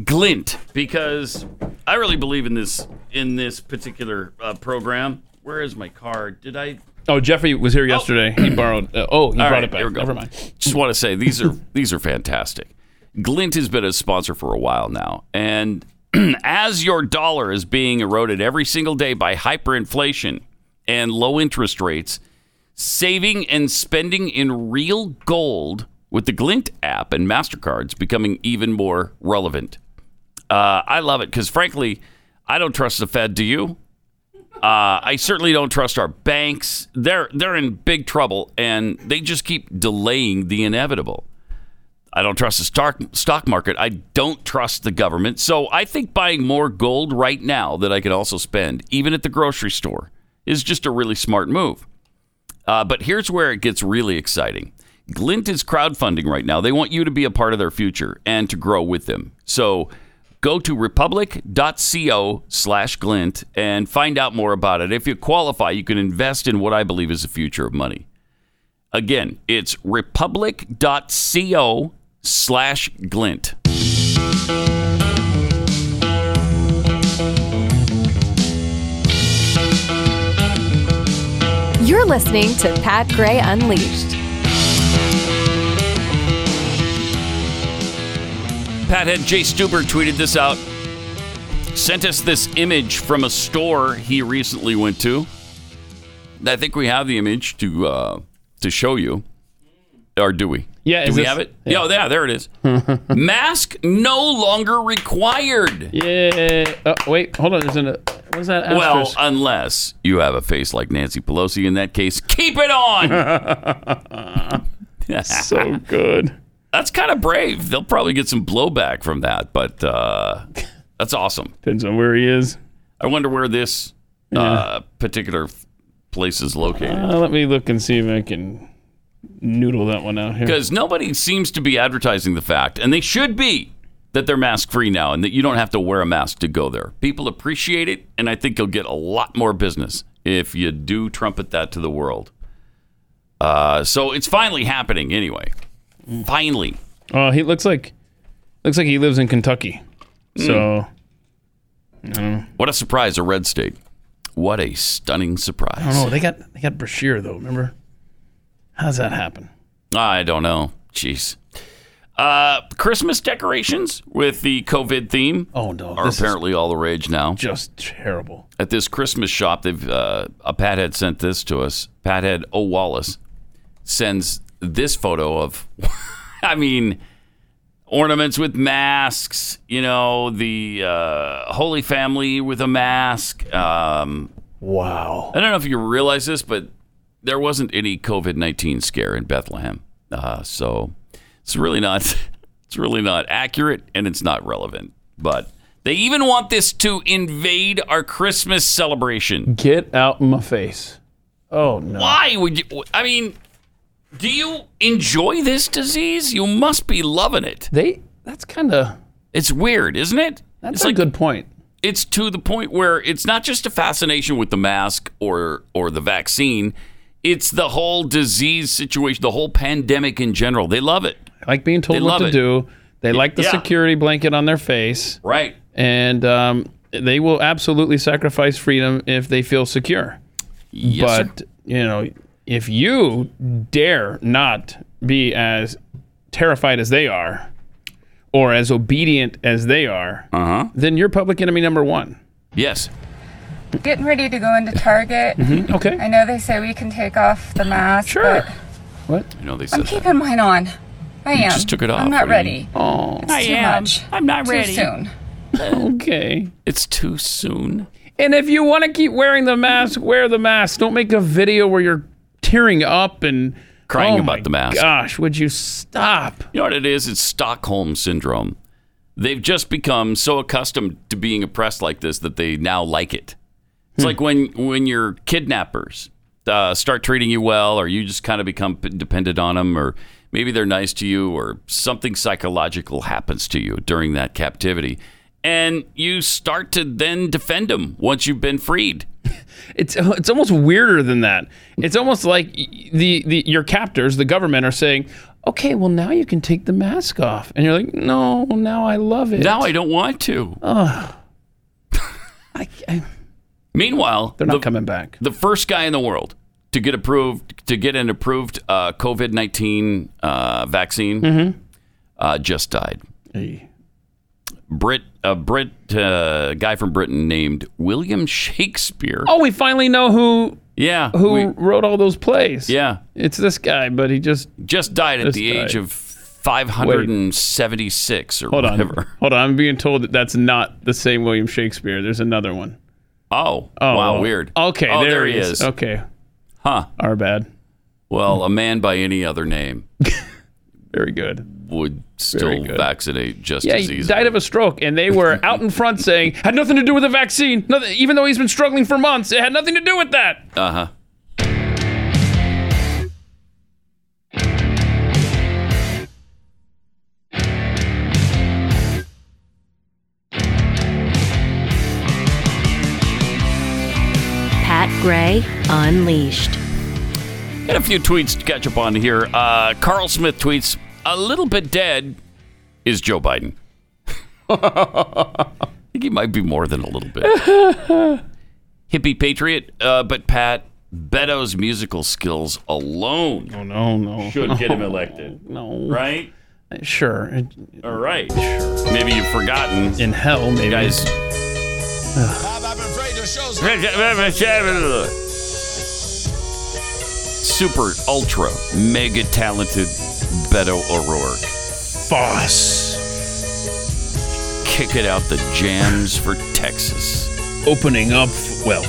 Glint because I really believe in this in this particular uh, program. Where is my card? Did I? Oh, Jeffrey was here yesterday. He borrowed. Uh, oh, he All brought right, it back. here we go. Never mind. Just want to say these are these are fantastic. Glint has been a sponsor for a while now, and as your dollar is being eroded every single day by hyperinflation and low interest rates, saving and spending in real gold with the Glint app and Mastercards becoming even more relevant. Uh, I love it because, frankly, I don't trust the Fed. Do you? Uh, I certainly don't trust our banks. They're they're in big trouble, and they just keep delaying the inevitable. I don't trust the stock stock market. I don't trust the government. So I think buying more gold right now that I can also spend, even at the grocery store, is just a really smart move. Uh, but here's where it gets really exciting. Glint is crowdfunding right now. They want you to be a part of their future and to grow with them. So go to republic.co slash glint and find out more about it. If you qualify, you can invest in what I believe is the future of money. Again, it's republic.co slash glint. You're listening to Pat Gray Unleashed. Pathead Jay Stuber tweeted this out. Sent us this image from a store he recently went to. I think we have the image to uh, to show you, or do we? Yeah, do is we this- have it? Yeah, oh, yeah there it is. Mask no longer required. Yeah. Uh, wait, hold on. There's an. Uh, what was that? Well, asterisk? unless you have a face like Nancy Pelosi, in that case, keep it on. so good. That's kind of brave. They'll probably get some blowback from that, but uh, that's awesome. depends on where he is. I wonder where this uh, particular place is located. Uh, let me look and see if I can noodle that one out here. Because nobody seems to be advertising the fact, and they should be, that they're mask free now and that you don't have to wear a mask to go there. People appreciate it, and I think you'll get a lot more business if you do trumpet that to the world. Uh, so it's finally happening anyway. Mm. Finally. Oh, he looks like looks like he lives in Kentucky. So What a surprise, a red state. What a stunning surprise. I don't know. Oh, They got they got Bashir though. Remember? How's that happen? I don't know. Jeez. Uh, Christmas decorations with the COVID theme Oh no, are this is apparently all the rage now. just terrible. At this Christmas shop, they've uh, a pathead sent this to us. Pathead O Wallace sends this photo of, I mean, ornaments with masks. You know, the uh, Holy Family with a mask. Um, wow. I don't know if you realize this, but there wasn't any COVID nineteen scare in Bethlehem, uh, so it's really not it's really not accurate and it's not relevant. But they even want this to invade our Christmas celebration. Get out my face. Oh no. Why would you? I mean, do you enjoy this disease? You must be loving it. They that's kind of It's weird, isn't it? that's It's a like- good point. it's to the point where it's not just a fascination with the mask or or the vaccine it's the whole disease situation the whole pandemic in general they love it They Like being told They love what to it. do. They like the Yeah. security blanket on their face. right And um, they will absolutely sacrifice freedom if they feel secure. yes sir. but you know, if you dare not be as terrified as they are, or as obedient as they are, uh-huh. then you're public enemy number one. Yes. Getting ready to go into Target. Mm-hmm. Mhm, okay. I know they say we can take off the mask. Sure. What? You know they But I'm said that. keeping mine on. I You am. just took it off. I'm not What do you ready. mean? Oh. It's I too am. Much. I'm not too ready. soon. Okay. It's too soon. And if you want to keep wearing the mask, wear the mask. Don't make a video where you're tearing up and Crying Oh about my the mask. Gosh, would you stop? You know what it is? It's Stockholm syndrome. They've just become so accustomed to being oppressed like this that they now like it. Hmm. It's like when when your kidnappers uh, start treating you well, or you just kind of become p- dependent on them, or maybe they're nice to you, or something psychological happens to you during that captivity, and you start to then defend them once you've been freed. It's it's almost weirder than that. It's almost like y- the, the your captors, the government, are saying, "Okay, well now you can take the mask off," and you're like, "No, now I love it." Now I don't want to. Ugh. Meanwhile, they're not coming back. The first guy in the world to get approved to get an approved uh, COVID nineteen uh, vaccine Mm-hmm. uh, just died. Brit, a Brit uh, guy from Britain named William Shakespeare. Oh, we finally know who yeah, who we- wrote all those plays. yeah, it's this guy, but he just just died at Just the age died. of five hundred and seventy six or hold on, whatever. hold on. I'm being told that that's not the same William Shakespeare. There's another one. Oh, Oh, wow, well. weird. Okay, Oh, there, there he he is. Okay, Huh. our bad. Well, a man by any other name. Very good. Would Very still good. vaccinate just yeah, as he easily. died of a stroke, and they were out in front saying had nothing to do with the vaccine. Nothing, even though he's been struggling for months, it had nothing to do with that. Uh huh. Pat Gray Unleashed. Got a few tweets to catch up on here. Uh, Carl Smith tweets, a little bit dead is Joe Biden. I think he might be more than a little bit. Hippie patriot, uh, but Pat, Beto's musical skills alone. Oh, no, no. Should get him elected. No. Right? Sure. All right. Maybe you've forgotten. In hell, maybe. guys. Super, ultra, mega talented Beto O'Rourke. Boss. Kick it out the jams for Texas. Opening up. Well,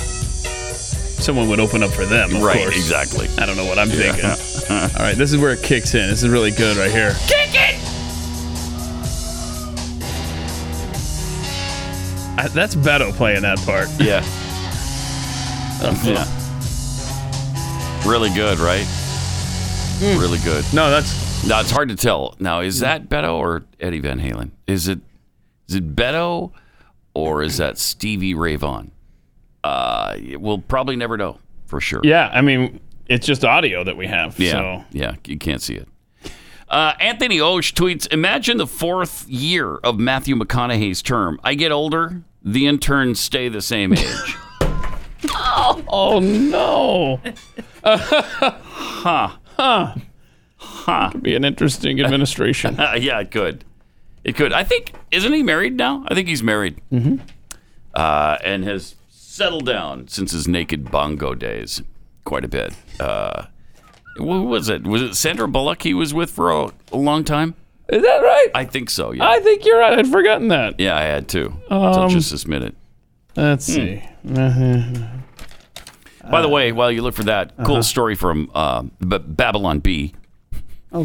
someone would open up for them, of Right, course. exactly. I don't know what I'm Yeah. thinking. All right, this is where it kicks in. This is really good right here. Kick it! I, that's Beto playing that part. Yeah. yeah. Really good, right? Really good. No, that's now it's hard to tell. Now is that Beto or Eddie Van Halen? Is it is it Beto or is that Stevie Ray Vaughan? Uh, we'll probably never know for sure. Yeah, I mean, it's just audio that we have. Yeah. So. Yeah. You can't see it. Uh, Anthony Osh tweets Imagine the fourth year of Matthew McConaughey's term. I get older, the interns stay the same age. Oh, no. huh. Huh. Huh. Could be an interesting administration. Uh, yeah, it could. It could. I think, isn't he married now? I think he's married mm-hmm. uh, and has settled down since his naked bongo days quite a bit. Uh, what was it? Was it Sandra Bullock he was with for a, a long time? Is that right? I think so, yeah. I think you're right. I'd forgotten that. yeah, I had too. Until Um, just this minute. Let's Hmm. see. Uh-huh. By uh, the way, while you look for that, cool story from uh, B- Babylon B. Oh,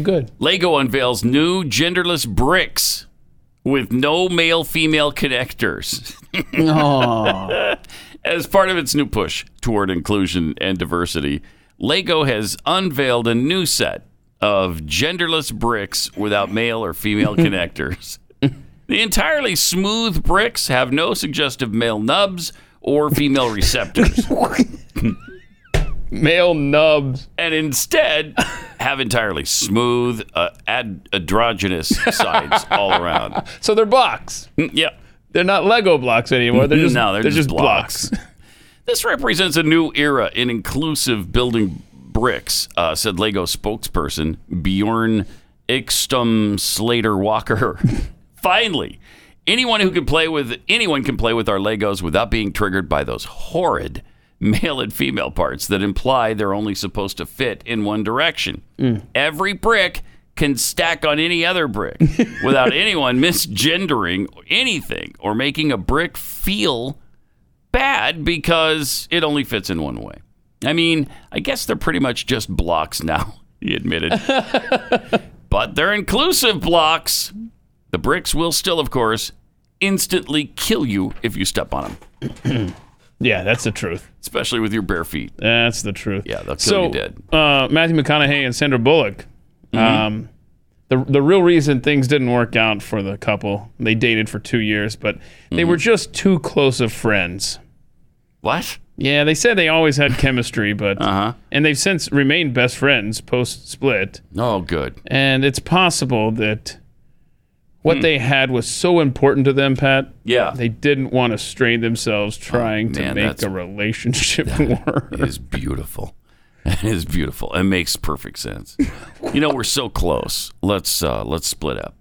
good. Lego unveils new genderless bricks with no male female connectors Aw. as part of its new push toward inclusion and diversity. Lego has unveiled a new set of genderless bricks without male or female connectors. The entirely smooth bricks have no suggestive male nubs or female receptors. Male nubs. And instead, have entirely smooth, uh, ad- androgynous sides all around. Mm, So they're blocks. Yeah. They're not Lego blocks anymore. They're just Hmm. No, they're just blocks. This represents a new era in inclusive building bricks, uh, said Lego spokesperson Bjorn Ixtum Slater Walker Finally, anyone who can play with anyone can play with our Legos without being triggered by those horrid male and female parts that imply they're only supposed to fit in one direction. Every brick can stack on any other brick without anyone misgendering anything or making a brick feel bad because it only fits in one way. I mean, I guess they're pretty much just blocks now, he admitted. but they're inclusive blocks. The bricks will still, of course, instantly kill you if you step on them. yeah, that's the truth. Especially with your bare feet. That's the truth. Yeah, they'll kill so, you dead. Mm-hmm. Uh, Matthew McConaughey and Sandra Bullock. Um, the the real reason things didn't work out for the couple, they dated for two years, but they Mm-hmm. were just too close of friends. What? Yeah, they said they always had chemistry, but uh-huh. and they've since remained best friends post split. Oh, good. And it's possible that what Hmm. they had was so important to them, Pat. Yeah. They didn't want to strain themselves trying Oh, man, to make that's- a relationship work. It is beautiful. It is beautiful. It makes perfect sense. You know, we're so close. Let's uh, let's split up.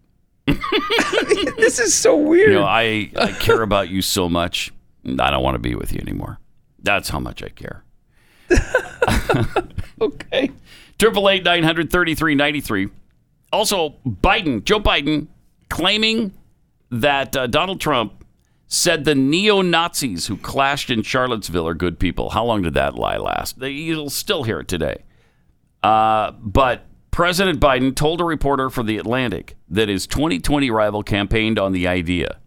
this is so weird. You know, I, I care about you so much. I don't want to be with you anymore. That's how much I care. okay. Triple eight nine hundred thirty three ninety three. Also, Biden, Joe Biden, claiming that uh, Donald Trump said the neo Nazis who clashed in Charlottesville are good people. How long did that lie last? They, you'll still hear it today. Uh, but President Biden told a reporter for The Atlantic that his 2020 rival campaigned on the idea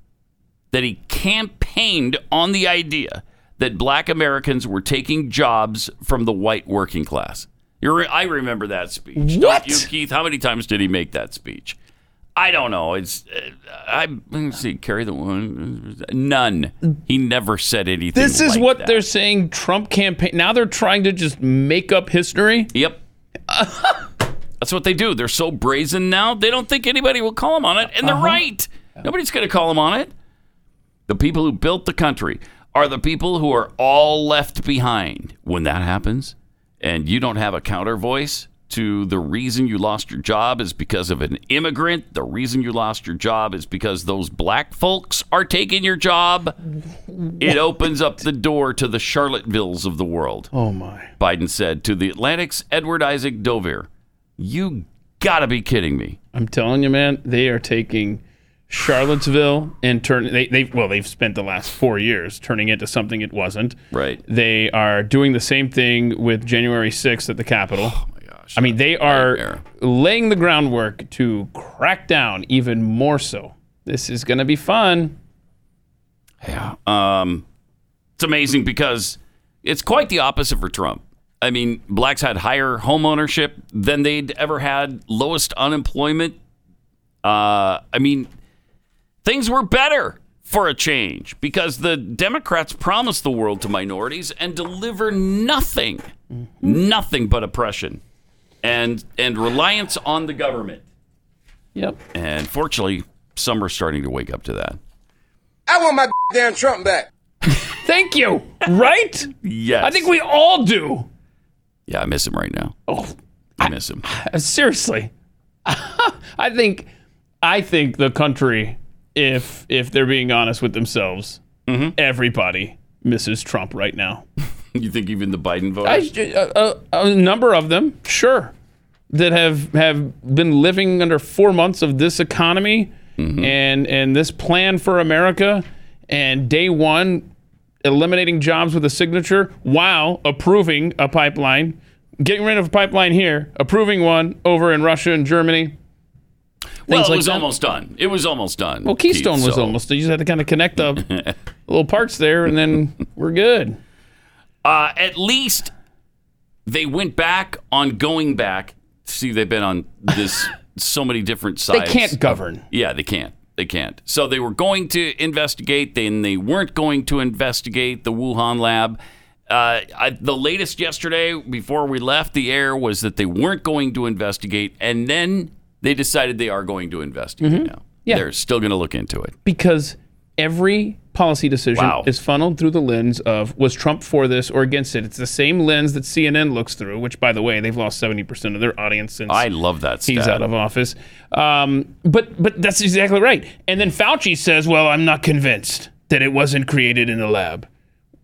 that he campaigned on the idea that black Americans were taking jobs from the white working class. You re- I remember that speech. Don't What? you, Keith, how many times did he make that speech? I don't know. It's uh, I let's see. Carry the one. None. He never said anything. This is like what that. they're saying Trump campaign. Now they're trying to just make up history. Yep. That's what they do. They're so brazen now, they don't think anybody will call them on it, and they're Uh-huh. right. Nobody's going to call them on it. The people who built the country are the people who are all left behind when that happens, and you don't have a counter voice to the reason you lost your job is because of an immigrant. The reason you lost your job is because those black folks are taking your job. It opens up the door to the Charlottevilles of the world. Oh my. Biden said to the Atlantic's Edward Isaac Dover, "You gotta be kidding me." I'm telling you, man, they are taking Charlottesville and turn they they well they've spent the last four years turning it to something it wasn't. Right. They are doing the same thing with January 6th at the Capitol. Oh my gosh. I mean, they are laying the groundwork to crack down even more so. This is going to be fun. Um, it's amazing because it's quite the opposite for Trump. I mean, blacks had higher home ownership than they'd ever had, lowest unemployment. Uh, I mean, things were better for a change because the Democrats promised the world to minorities and deliver nothing, Mm-hmm. nothing but oppression and and reliance on the government. Yep. And fortunately, some are starting to wake up to that. I want my damn Trump back. Thank you. Right? Yes. I think we all do. Yeah, I miss him right now. Oh, I miss him. Seriously. I think I think the country if if they're being honest with themselves, everybody misses Trump right now. You think even the Biden I, voters? a, a, a number of them, sure, that have have been living under four months of this economy and and this plan for America, and day one, eliminating jobs with a signature while approving a pipeline, getting rid of a pipeline here, approving one over in Russia and Germany. well, Things it like was that. almost done. It was almost done. Well, Keystone Keith, was so- almost. You just had to kind of connect the little parts there, and then we're good. Uh, at least they went back on going back. See, they've been on this so many different They sides. can't govern. Yeah, they can't. They can't. So they were going to investigate, then they weren't going to investigate the Wuhan lab. Uh, I, the latest yesterday, before we left the air, was that they weren't going to investigate, and then they decided they are going to investigate now. Mm-hmm. Yeah. They're still going to look into it. because every policy decision Wow. is funneled through the lens of was Trump for this or against it? It's the same lens that CNN looks through, which, by the way, they've lost 70% of their audience since I love that he's stat. out of office. Um, but, but that's exactly right. And then Fauci says, well, I'm not convinced that it wasn't created in a lab.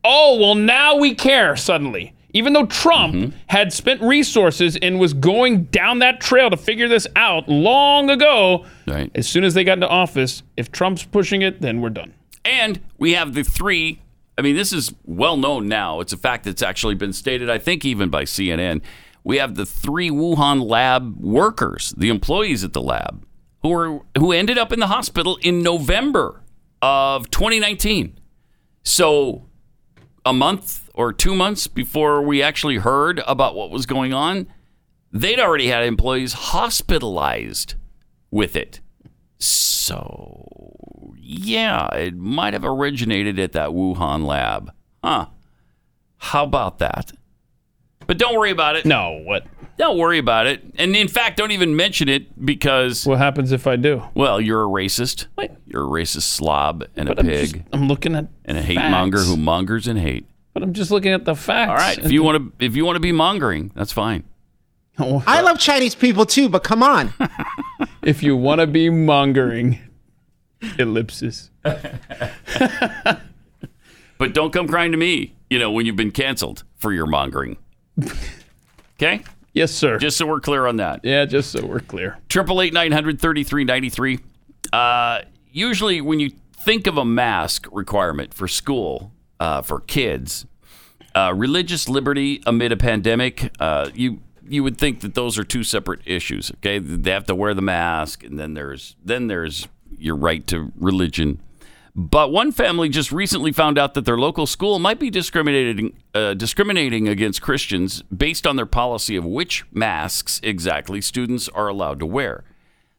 Oh, well, now we care suddenly. Even though Trump Mm-hmm. had spent resources and was going down that trail to figure this out long ago, Right. as soon as they got into office, if Trump's pushing it, then we're done. And we have the three. I mean, this is well known now. It's a fact that's actually been stated, I think, even by CNN. We have the three Wuhan lab workers, the employees at the lab, who are who ended up in the hospital in November of 2019. So, a month or two months before we actually heard about what was going on, they'd already had employees hospitalized with it. So, yeah, it might have originated at that Wuhan lab. Huh. How about that? But don't worry about it. No, what? Don't worry about it. And in fact, don't even mention it because. What happens if I do? Well, you're a racist. You're a racist slob and But a I'm pig just- I'm looking at and a hate monger facts. who mongers and hate. But I'm just looking at the facts. All right, if you want to, if you want to be mongering, that's fine. I love Chinese people too, but come on. if you want to be mongering, ellipsis. But don't come crying to me, you know, when you've been canceled for your mongering. Okay? Yes, sir. Just so we're clear on that. Yeah, just so we're clear. Triple eight nine hundred thirty three ninety three. Usually, when you think of a mask requirement for school uh, for kids, uh, religious liberty amid a pandemic, uh, you you would think that those are two separate issues. Okay, they have to wear the mask, and then there's then there's your right to religion. But one family just recently found out that their local school might be discriminating uh, discriminating against Christians based on their policy of which masks exactly students are allowed to wear.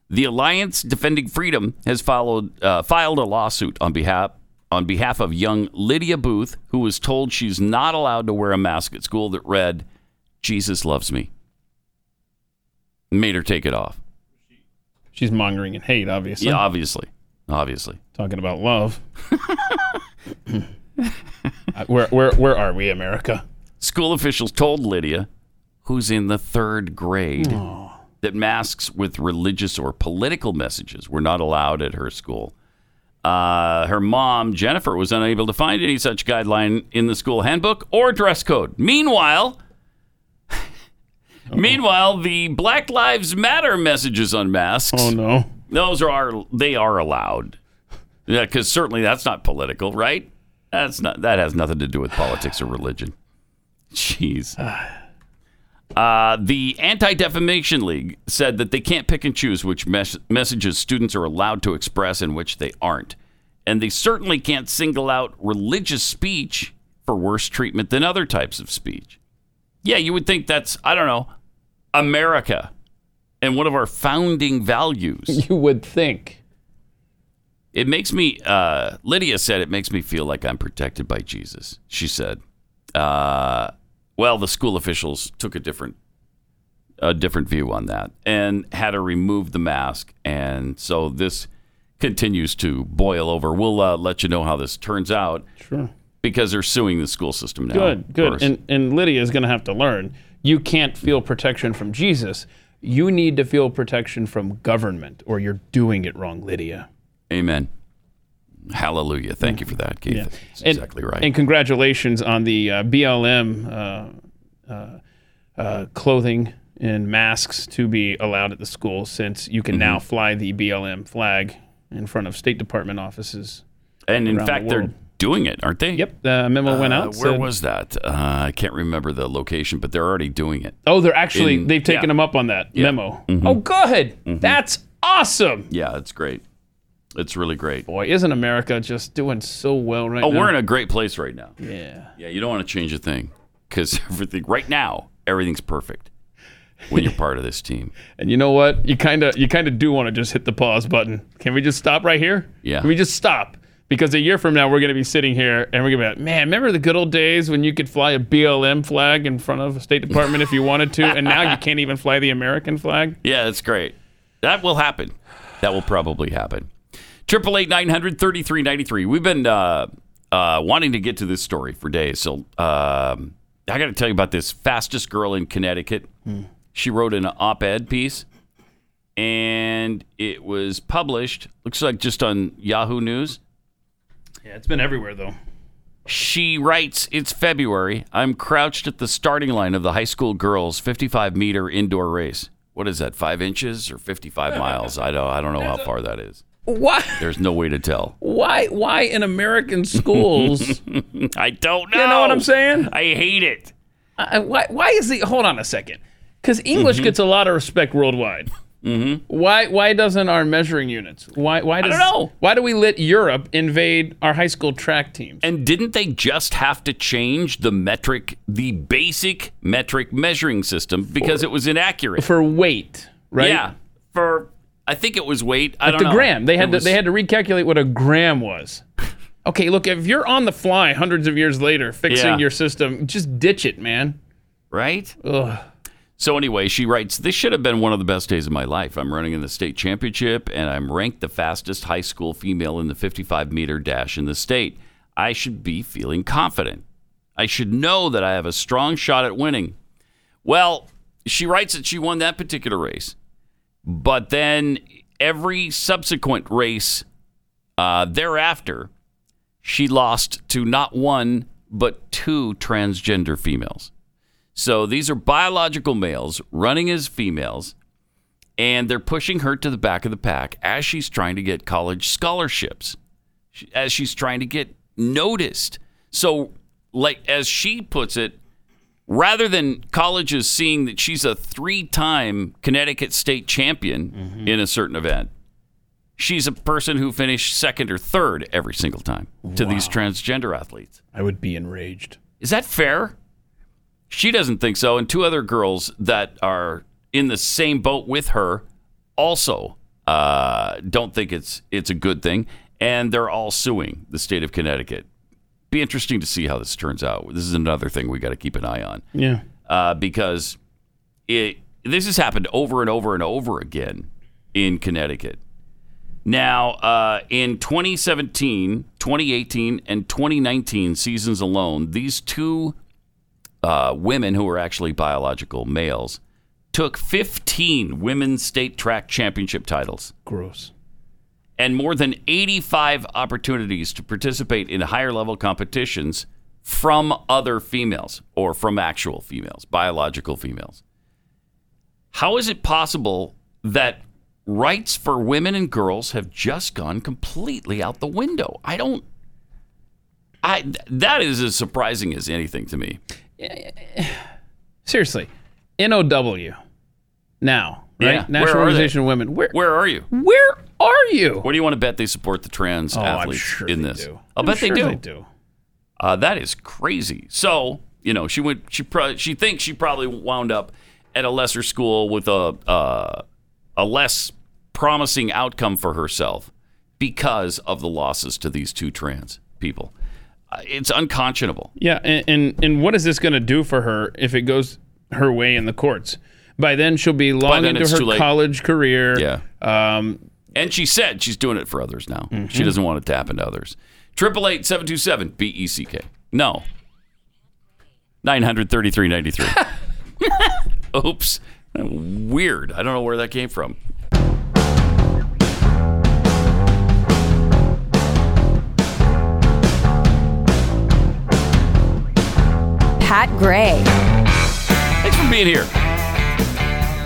The Alliance Defending Freedom has followed, uh, filed a lawsuit on behalf on behalf of young Lydia Booth, who was told she's not allowed to wear a mask at school that read "Jesus loves me." Made her take it off. She's mongering and hate, obviously. Yeah, obviously, obviously. Talking about love. Uh, where, where, where are we, America? School officials told Lydia, who's in the third grade, that masks with religious or political messages were not allowed at her school. Uh, her mom, Jennifer, was unable to find any such guideline in the school handbook or dress code. Meanwhile, meanwhile, the Black Lives Matter messages on masks. Oh no, those are they are allowed. Yeah, because certainly that's not political, right? That's not that has nothing to do with politics or religion. Jeez. Uh, the Anti Defamation League said that they can't pick and choose which mes- messages students are allowed to express and which they aren't. And they certainly can't single out religious speech for worse treatment than other types of speech. Yeah, you would think that's, I don't know, America and one of our founding values. You would think. It makes me, uh, Lydia said, it makes me feel like I'm protected by Jesus, she said. Uh, well, the school officials took a different a different view on that and had her remove the mask. And so this continues to boil over. We'll uh, let you know how this turns out. Sure. Because they're suing the school system now. Good, of good. course. And, and Lydia is going to have to learn you can't feel protection from Jesus. You need to feel protection from government, or you're doing it wrong, Lydia. Amen. Hallelujah. Thank you for that, Keith. That's exactly right. And congratulations on the uh, BLM uh, uh, uh, clothing and masks to be allowed at the school since you can Mm-hmm. now fly the BLM flag in front of State Department offices. And in around the fact, they're world. doing it, aren't they? Yep. The memo went out, Uh, Where said- was that? Uh, I can't remember the location, but they're already doing it. Oh, they're actually, In- they've taken yeah. them up on that Yeah. memo. Mhm. Oh, good. That's awesome. Yeah, it's great. It's really great. Boy, isn't America just doing so well right oh, now? we're in a great place right now. Yeah. Yeah, you don't want to change a thing because everything, right now, everything's perfect when you're part of this team. And you know what? You kind of you kind of do want to just hit the pause button. Can we just stop right here? Yeah. Can we just stop? Because a year from now we're going to be sitting here and we're going to be like, "Man, remember the good old days when you could fly a BLM flag in front of a State Department if you wanted to, and now you can't even fly the American flag?" Yeah, that's great. That will happen. That will probably happen. Triple eight nine hundred thirty three ninety three. We've been uh, uh, wanting to get to this story for days. So um, I got to tell you about this fastest girl in Connecticut. She wrote an op ed piece, and it was published. Looks like just on Yahoo News. Yeah, it's been everywhere though. She writes, It's February. I'm crouched at the starting line of the high school girls' 55 meter indoor race. What is that, five inches or 55 miles? I don't, I don't know how far that is. Why? There's no way to tell. Why? Why in American schools? I don't know. You know what I'm saying? I hate it. why? Why is the? Hold on a second. Because English Mhm. gets a lot of respect worldwide. Mm-hmm. Why? Why doesn't our measuring units? Why? Why does? I don't know. Why do we let Europe invade our high school track teams? And didn't they just have to change the metric, the basic metric measuring system because it was inaccurate? for weight, right? Yeah. For, I think it was weight. I At don't the know. gram, they had It to, was- they had to recalculate what a gram was. Okay, look, if you're on the fly hundreds of years later fixing Yeah. your system, just ditch it, man. Right? Ugh. So anyway, she writes, "This should have been one of the best days of my life. I'm running in the state championship and I'm ranked the fastest high school female in the 55 meter dash in the state. I should be feeling confident. I should know that I have a strong shot at winning." Well, she writes that she won that particular race. But then every subsequent race uh, thereafter, she lost to not one, but two transgender females. So these are biological males running as females, and they're pushing her to the back of the pack as she's trying to get college scholarships, she- as she's trying to get noticed. So, like, as she puts it, rather than colleges seeing that she's a three time Connecticut state champion in a certain event, she's a person who finished second or third every single time to these transgender athletes. I would be enraged. Is that fair? She doesn't think so. And two other girls that are in the same boat with her also uh, don't think it's it's a good thing. And they're all suing the state of Connecticut. Be interesting to see how this turns out. This is another thing we got to keep an eye on Yeah. uh, because it this has happened over and over and over again in Connecticut. Now, uh, in 2017, 2018, and 2019 seasons alone, these two uh, women who were actually biological males took 15 women's state track championship titles Gross. and more than 85 opportunities to participate in higher level competitions from other females or from actual females, biological females. How is it possible that rights for women and girls have just gone completely out the window? I don't. I th- that is as surprising as anything to me. Seriously, NOW. Now, right? Yeah. Where National are they? Organization of Women. Where Where are you? Where are you? What do you want to bet they support the trans Oh, I'm athletes in this? I'll I'm bet sure they do. they do. Uh, that is crazy. So you know, she went. She pro- she thinks she probably wound up at a lesser school with a uh, a less promising outcome for herself because of the losses to these two trans people. Uh, it's unconscionable. Yeah, and and, and what is this going to do for her if it goes her way in the courts? By then she'll be long then into it's too her late. college career. Yeah. Um, and she said she's doing it for others now. She doesn't want it to happen to others. Triple eight seven two seven B E C K. No. Nine hundred thirty three ninety three. Oops. Weird. I don't know where that came from. Pat Gray. Thanks for being here.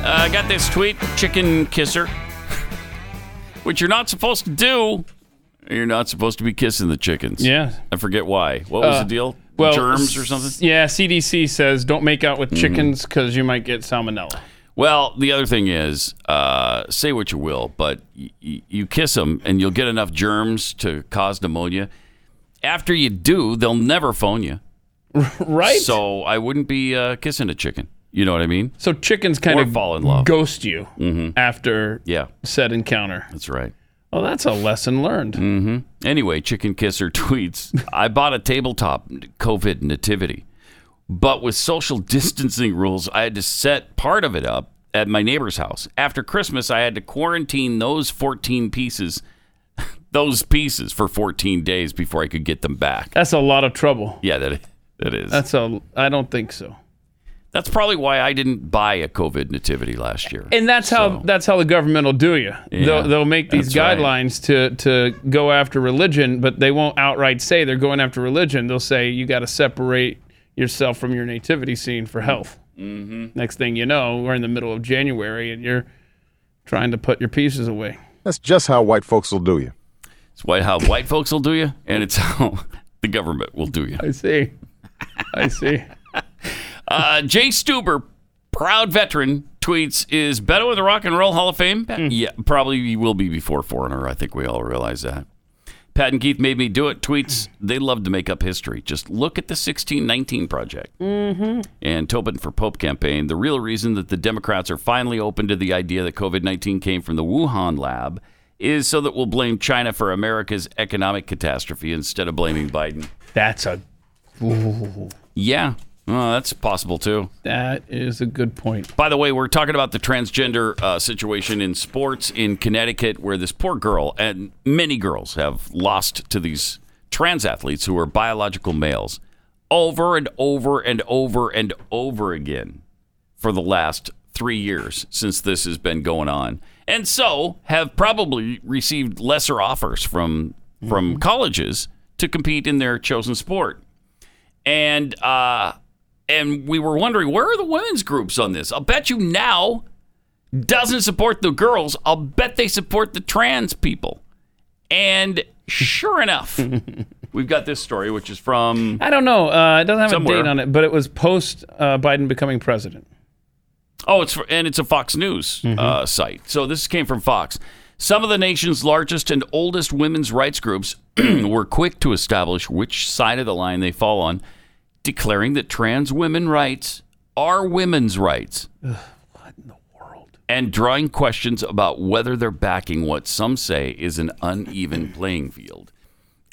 Uh, I got this tweet, chicken kisser, which you're not supposed to do. You're not supposed to be kissing the chickens. Yeah. I forget why. What was Uh, the deal? well, Germs or something? Mm-hmm. s- Yeah, CDC says don't make out with chickens because you might get salmonella. Well, the other thing is, uh, say what you will, but y- y- you kiss them and you'll get enough germs to cause pneumonia. After you do, they'll never phone you. Right. So I wouldn't be uh, kissing a chicken. You know what I mean? So chickens kind Or of fall in love. ghost you Mhm. after Yeah. said encounter. That's right. Well, that's a lesson learned. hmm Anyway, Chicken Kisser tweets I bought a tabletop COVID nativity, but with social distancing rules, I had to set part of it up at my neighbor's house. After Christmas, I had to quarantine those 14 pieces those pieces for 14 days before I could get them back. That's a lot of trouble. Yeah, that that is. That's a. I don't think so. That's probably why I didn't buy a COVID nativity last year. And that's how that's how the government will do you. Yeah, they'll, they'll make these that's right. guidelines to to go after religion, but they won't outright say they're going after religion. They'll say you got to separate yourself from your nativity scene for health. Mm-hmm. Next thing you know, we're in the middle of January and you're trying to put your pieces away. That's just how white folks will do you. It's why how white folks will do you, and it's how the government will do you. I see. I see. Uh, Jay Stuber, proud veteran, tweets: Is Beto in the Rock and Roll Hall of Fame? Yeah, probably he will be before Foreigner. I think we all realize that. Pat and Keith made me do it. Tweets: They love to make up history. Just look at the 1619 project Mm-hmm. and Tobin for Pope campaign, the real reason that the Democrats are finally open to the idea that COVID 19 came from the Wuhan lab is so that we'll blame China for America's economic catastrophe instead of blaming Biden. That's a. Ooh, Yeah, well, that's possible too. that is a good point. By the way, we're talking about the transgender uh, situation in sports in Connecticut, where this poor girl and many girls have lost to these trans athletes who are biological males over and over and over and over again for the last three years since this has been going on, and so have probably received lesser offers from from colleges to compete in their chosen sport and uh, and we were wondering where are the women's groups on this? I'll bet you now doesn't support the girls. I'll bet they support the trans people. And sure enough, we've got this story, which is from I don't know. Uh, it doesn't have a Somewhere. date on it, but it was post uh, Biden becoming president. Oh, it's for, and it's a Fox News uh, site. So this came from Fox. Some of the nation's largest and oldest women's rights groups were quick to establish which side of the line they fall on, declaring that trans women rights are women's rights. what in the world? And drawing questions about whether they're backing what some say is an uneven playing field.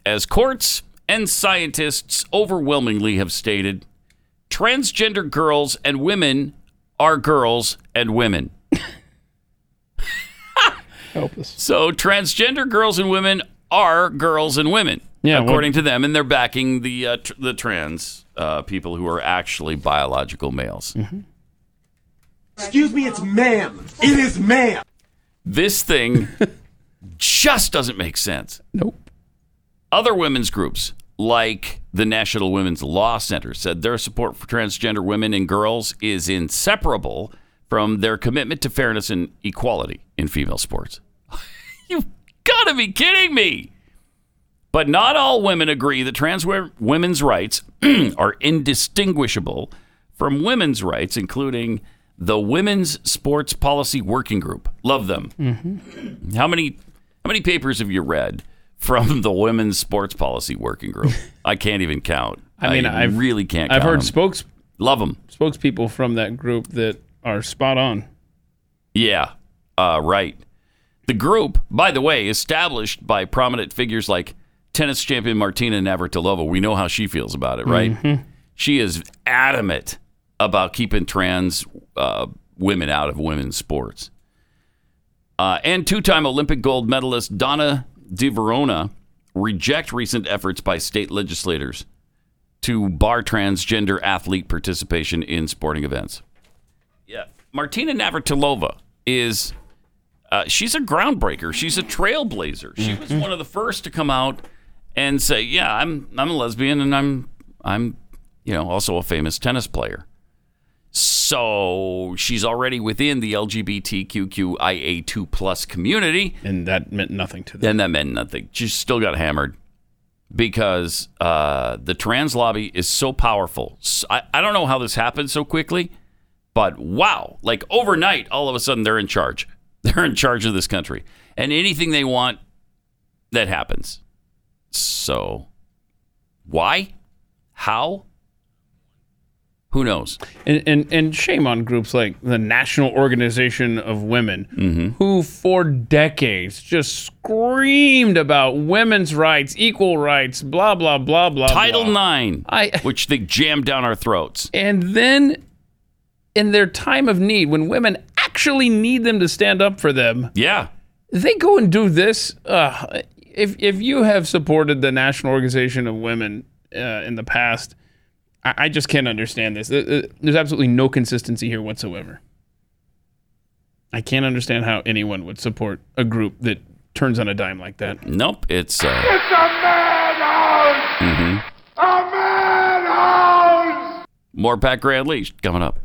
As courts and scientists overwhelmingly have stated, transgender girls and women are girls and women. Help us. So transgender girls and women are girls and women, Yeah, according to them, and they're backing the uh, tr- the trans uh, people who are actually biological males. Excuse me, it's ma'am. It is ma'am. This thing just doesn't make sense. Nope. Other women's groups, like the National Women's Law Center, said their support for transgender women and girls is inseparable from their commitment to fairness and equality in female sports. You've got to be kidding me. But not all women agree that trans wo- women's rights are indistinguishable from women's rights, including the Women's Sports Policy Working Group. Love them. Mm-hmm. How many how many papers have you read from the Women's Sports Policy Working Group? I can't even count. I mean, I've- really can't. I've count heard them. spokes love them. spokespeople from that group that are spot on. Yeah, uh, right. The group, by the way, established by prominent figures like tennis champion Martina Navratilova. We know how she feels about it, right? Mhm. She is adamant about keeping trans uh, women out of women's sports. Uh, and two-time Olympic gold medalist Donna DiVerona reject recent efforts by state legislators to bar transgender athlete participation in sporting events. Yeah, Martina Navratilova is uh, she's a groundbreaker. She's a trailblazer. She was one of the first to come out and say, "Yeah, I'm I'm a lesbian and I'm I'm you know also a famous tennis player." So she's already within the LGBTQIA2 plus community, and that meant nothing to them. Then that meant nothing. She still got hammered because uh, the trans lobby is so powerful. S- I, I don't know how this happened so quickly, but wow, like overnight, all of a sudden they're in charge. They're in charge of this country. And anything they want, that happens. So why? How? Who knows? And, and and shame on groups like the National Organization of Women, who for decades just screamed about women's rights, equal rights, blah blah blah blah. Title blah. IX, which they jammed down our throats. And then, in their time of need, when women actually need them to stand up for them, yeah, they go and do this. Uh, if if you have supported the National Organization of Women uh, in the past, I, I just can't understand this. Uh, uh, There's absolutely no consistency here whatsoever. I can't understand how anyone would support a group that turns on a dime like that. Nope, it's uh, It's a madhouse! mhm. A madhouse! more Pat Gray Unleashed coming up.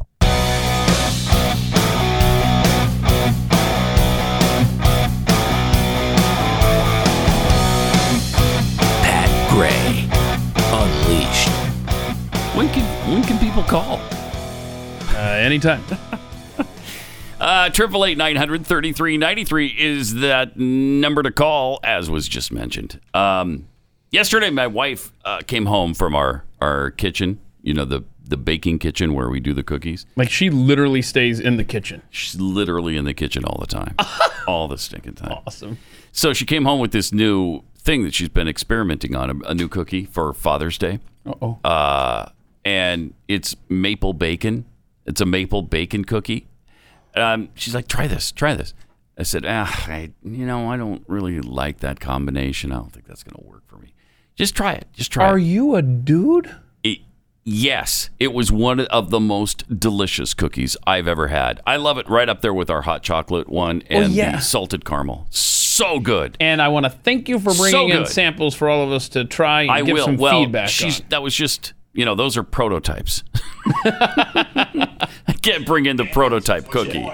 Pat Gray Unleashed. When can when can people call? Uh, anytime. Uh, Triple eight nine hundred thirty three ninety three is that number to call, as was just mentioned. Um, yesterday, my wife uh, came home from our our kitchen. You know the the baking kitchen where we do the cookies. Like she literally stays in the kitchen. She's literally in the kitchen all the time, all the stinking time. Awesome. So she came home with this new thing that she's been experimenting on a, a new cookie for Father's Day. Uh-oh. Uh, and it's maple bacon. It's a maple bacon cookie. Um, she's like, try this, try this. I said, ah, I, you know, I don't really like that combination. I don't think that's going to work for me. Just try it. Just try Are it. you a dude? It- Yes, it was one of the most delicious cookies I've ever had. I love it right up there with our hot chocolate one Oh, and yeah. the salted caramel. So good. And I want to thank you for So bringing in good. samples for all of us to try and I give will. some well, feedback. she's that was just you know those are prototypes. I can't bring in the prototype cookie.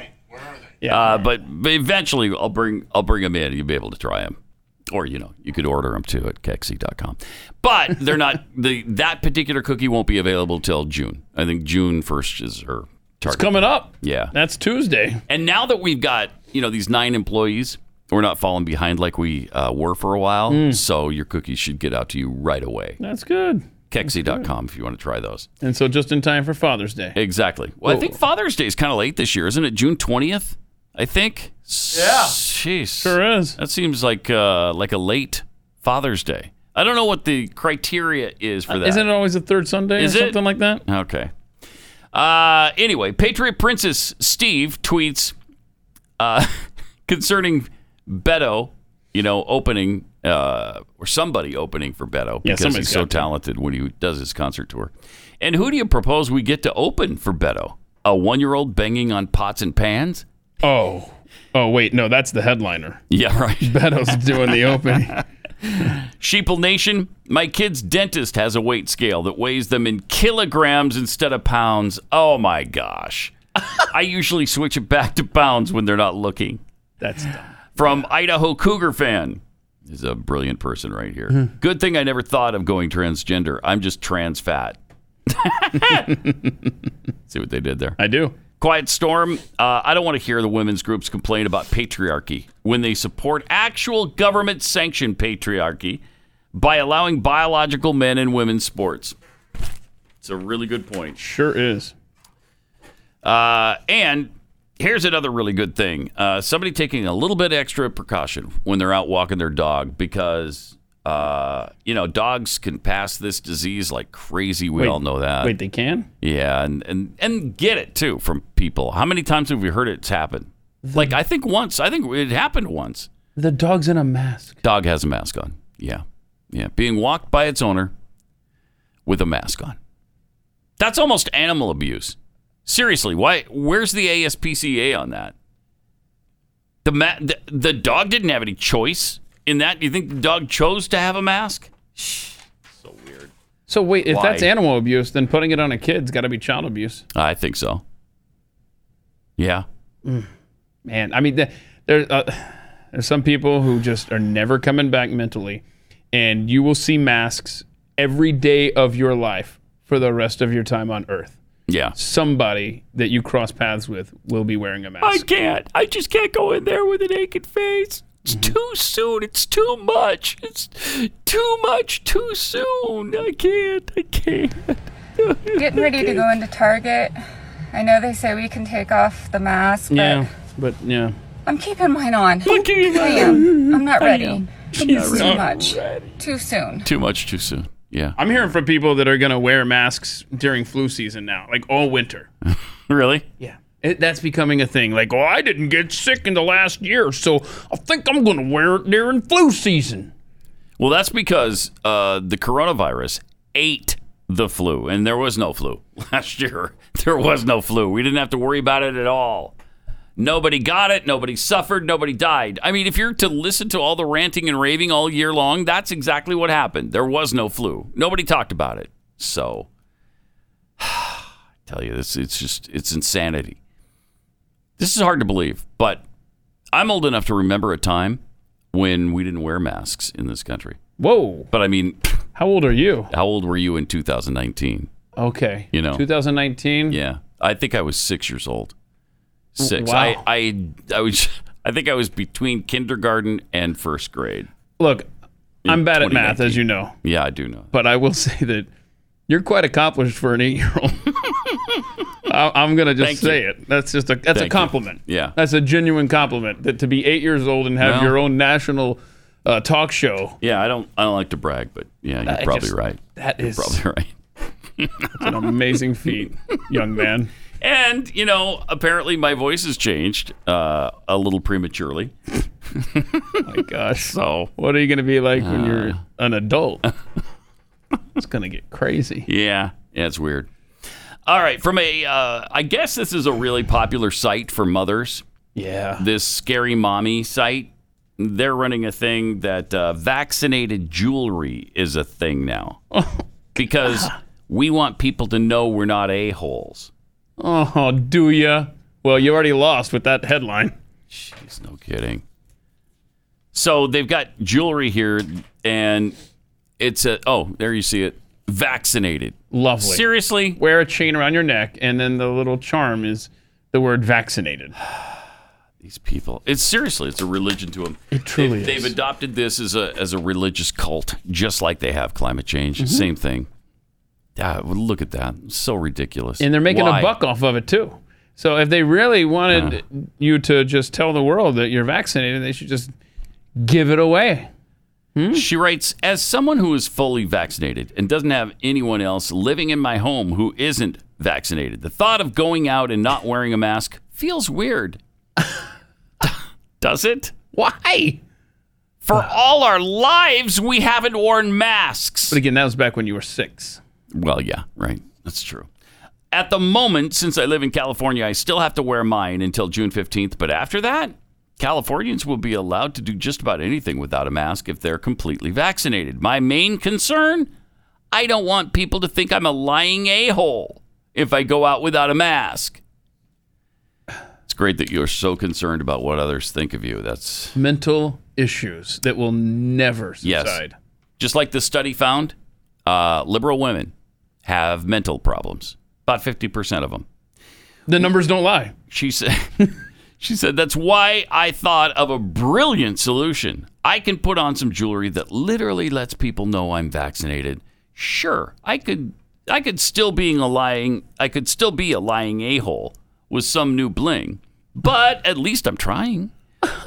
Yeah, uh, but, but eventually I'll bring I'll bring them in. You'll be able to try them, or you know you could order them too at Kexi.com. But they're not the that particular cookie won't be available till June. I think June first is her target. It's coming up. Yeah. That's Tuesday. And now that we've got you know these nine employees, we're not falling behind like we uh, were for a while. So your cookies should get out to you right away. That's good. Kexi.com if you want to try those. And so just in time for Father's Day. Exactly. Well, I Whoa. think Father's Day is kind of late this year, isn't it? June twentieth, I think. Yeah. Jeez. Sure is. That seems like uh, like a late Father's Day. I don't know what the criteria is for that. Isn't it always the third Sunday Is or it? something like that? Okay. Uh, anyway, Patriot Princess Steve tweets uh, concerning Beto, you know, opening uh, or somebody opening for Beto Yeah, because somebody's he's so got to. talented when he does his concert tour. And who do you propose we get to open for Beto? A one year old banging on pots and pans? Oh. Oh, wait. No, that's the headliner. Yeah, right. Beto's doing the opening. Sheeple Nation, my kid's dentist has a weight scale that weighs them in kilograms instead of pounds. Oh my gosh. I usually switch it back to pounds when they're not looking. That's dumb. From Idaho Cougar fan. This is a brilliant person right here. Hmm. Good thing I never thought of going transgender. I'm just trans fat. See what they did there? I do. Quiet Storm, uh, I don't want to hear the women's groups complain about patriarchy when they support actual government sanctioned patriarchy by allowing biological men in women's sports. It's a really good point. Sure is. Uh, and here's another really good thing uh, somebody taking a little bit extra precaution when they're out walking their dog because, uh, you know, dogs can pass this disease like crazy. We Wait, all know that. Wait, they can? Yeah, and, and and get it too from people. How many times have we heard it's happened? Like I think once. I think it happened once. The dog's in a mask. Dog has a mask on. Yeah, yeah, being walked by its owner with a mask on. That's almost animal abuse. Seriously, why? Where's the ASPCA on that? The ma- the, the dog didn't have any choice in that. Do you think the dog chose to have a mask? So wait, if Why? that's animal abuse, then putting it on a kid's got to be child abuse. I think so. Yeah. Man, I mean, th- there, uh, there's some people who just are never coming back mentally, and you will see masks every day of your life for the rest of your time on Earth. Yeah. Somebody that you cross paths with will be wearing a mask. I can't. I just can't go in there with a naked face. It's too soon. It's too much. It's too much too soon. I can't. I can't. Getting ready to go into Target. I know they say we can take off the mask, but Yeah, but yeah. I'm keeping mine on. I'm keeping I mine am. I'm not I ready. am. It's too not much. Too soon. Too much too soon. Yeah. I'm hearing from people that are going to wear masks during flu season now, like all winter. Really? Yeah. It, that's becoming a thing. Like, "Oh, well, I didn't get sick in the last year, so I think I'm going to wear it during flu season. Well, that's because uh, the coronavirus ate the flu, and there was no flu last year. There was no flu. We didn't have to worry about it at all. Nobody got it. Nobody suffered. Nobody died. I mean, if you're to listen to all the ranting and raving all year long, that's exactly what happened. There was no flu. Nobody talked about it. So, I tell you, this it's just it's insanity. This is hard to believe, but I'm old enough to remember a time when we didn't wear masks in this country. Whoa! But I mean, how old are you? How old were you in 2019? Okay. You know, 2019. Yeah, I think I was six years old. W- Six. wow. I, I I was. I think I was between kindergarten and first grade. Look, In I'm bad at math, 2019. as you know, Yeah, I do know. but I will say that you're quite accomplished for an eight-year-old. I- I'm gonna just Thank say you. it. That's just a that's Thank a you. compliment. Yeah. that's a genuine compliment. That to be eight years old and have Well- your own national uh, talk show. Yeah, I don't. I don't like to brag, but yeah, you're I probably just- right. that you're is- probably right. It's an amazing feat, young man. And you know, apparently my voice has changed uh, a little prematurely. My gosh. So uh. What are you gonna be like when you're an adult? it's gonna get crazy. Yeah, yeah, it's weird. All right, from a, uh, I guess this is a really popular site for mothers. Yeah. This scary mommy site. They're running a thing that uh, vaccinated jewelry is a thing now because we want people to know we're not a holes. Oh, do ya? Well, you already lost with that headline. Jeez, no kidding. So they've got jewelry here, and it's a oh, there you see it, vaccinated. Lovely. Seriously? Wear a chain around your neck, and then the little charm is the word vaccinated. These people. It's seriously, it's a religion to them. It truly they've, is. They've adopted this as a as a religious cult, just like they have climate change. Mhm. Same thing. Ah, well, look at that. So ridiculous. And they're making Why? a buck off of it, too. So if they really wanted you to just tell the world that you're vaccinated, they should just give it away. She writes, as someone who is fully vaccinated and doesn't have anyone else living in my home who isn't vaccinated, the thought of going out and not wearing a mask feels weird. Does it? Why? For all our lives, we haven't worn masks. But again, that was back when you were six. Well, yeah, right. That's true. At the moment, since I live in California, I still have to wear mine until June 15th. But after that, Californians will be allowed to do just about anything without a mask if they're completely vaccinated. My main concern I don't want people to think I'm a lying a hole if I go out without a mask. It's great that you're so concerned about what others think of you. That's Mental issues that will never subside. just like the study found, uh, liberal women have mental problems. About 50% of them. The numbers don't lie. She said, she said, that's why I thought of a brilliant solution. I can put on some jewelry that literally lets people know I'm vaccinated. Sure, I could I could still being a lying I could still be a lying a-hole with some new bling, but at least I'm trying.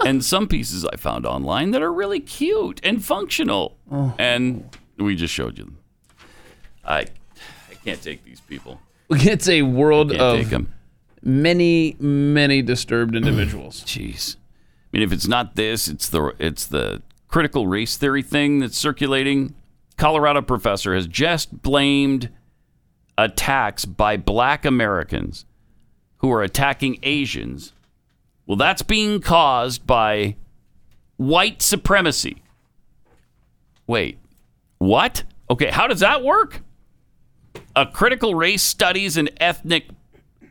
and some pieces I found online that are really cute and functional. Oh. And we just showed you them. I I can't take these people. It's a world Can't of take 'em. many, many disturbed individuals. Jeez. I mean, if it's not this, it's the it's the critical race theory thing that's circulating. Colorado professor has just blamed attacks by Black Americans who are attacking Asians. Well, that's being caused by white supremacy. Wait, what? Okay, how does that work? A critical race studies and ethnic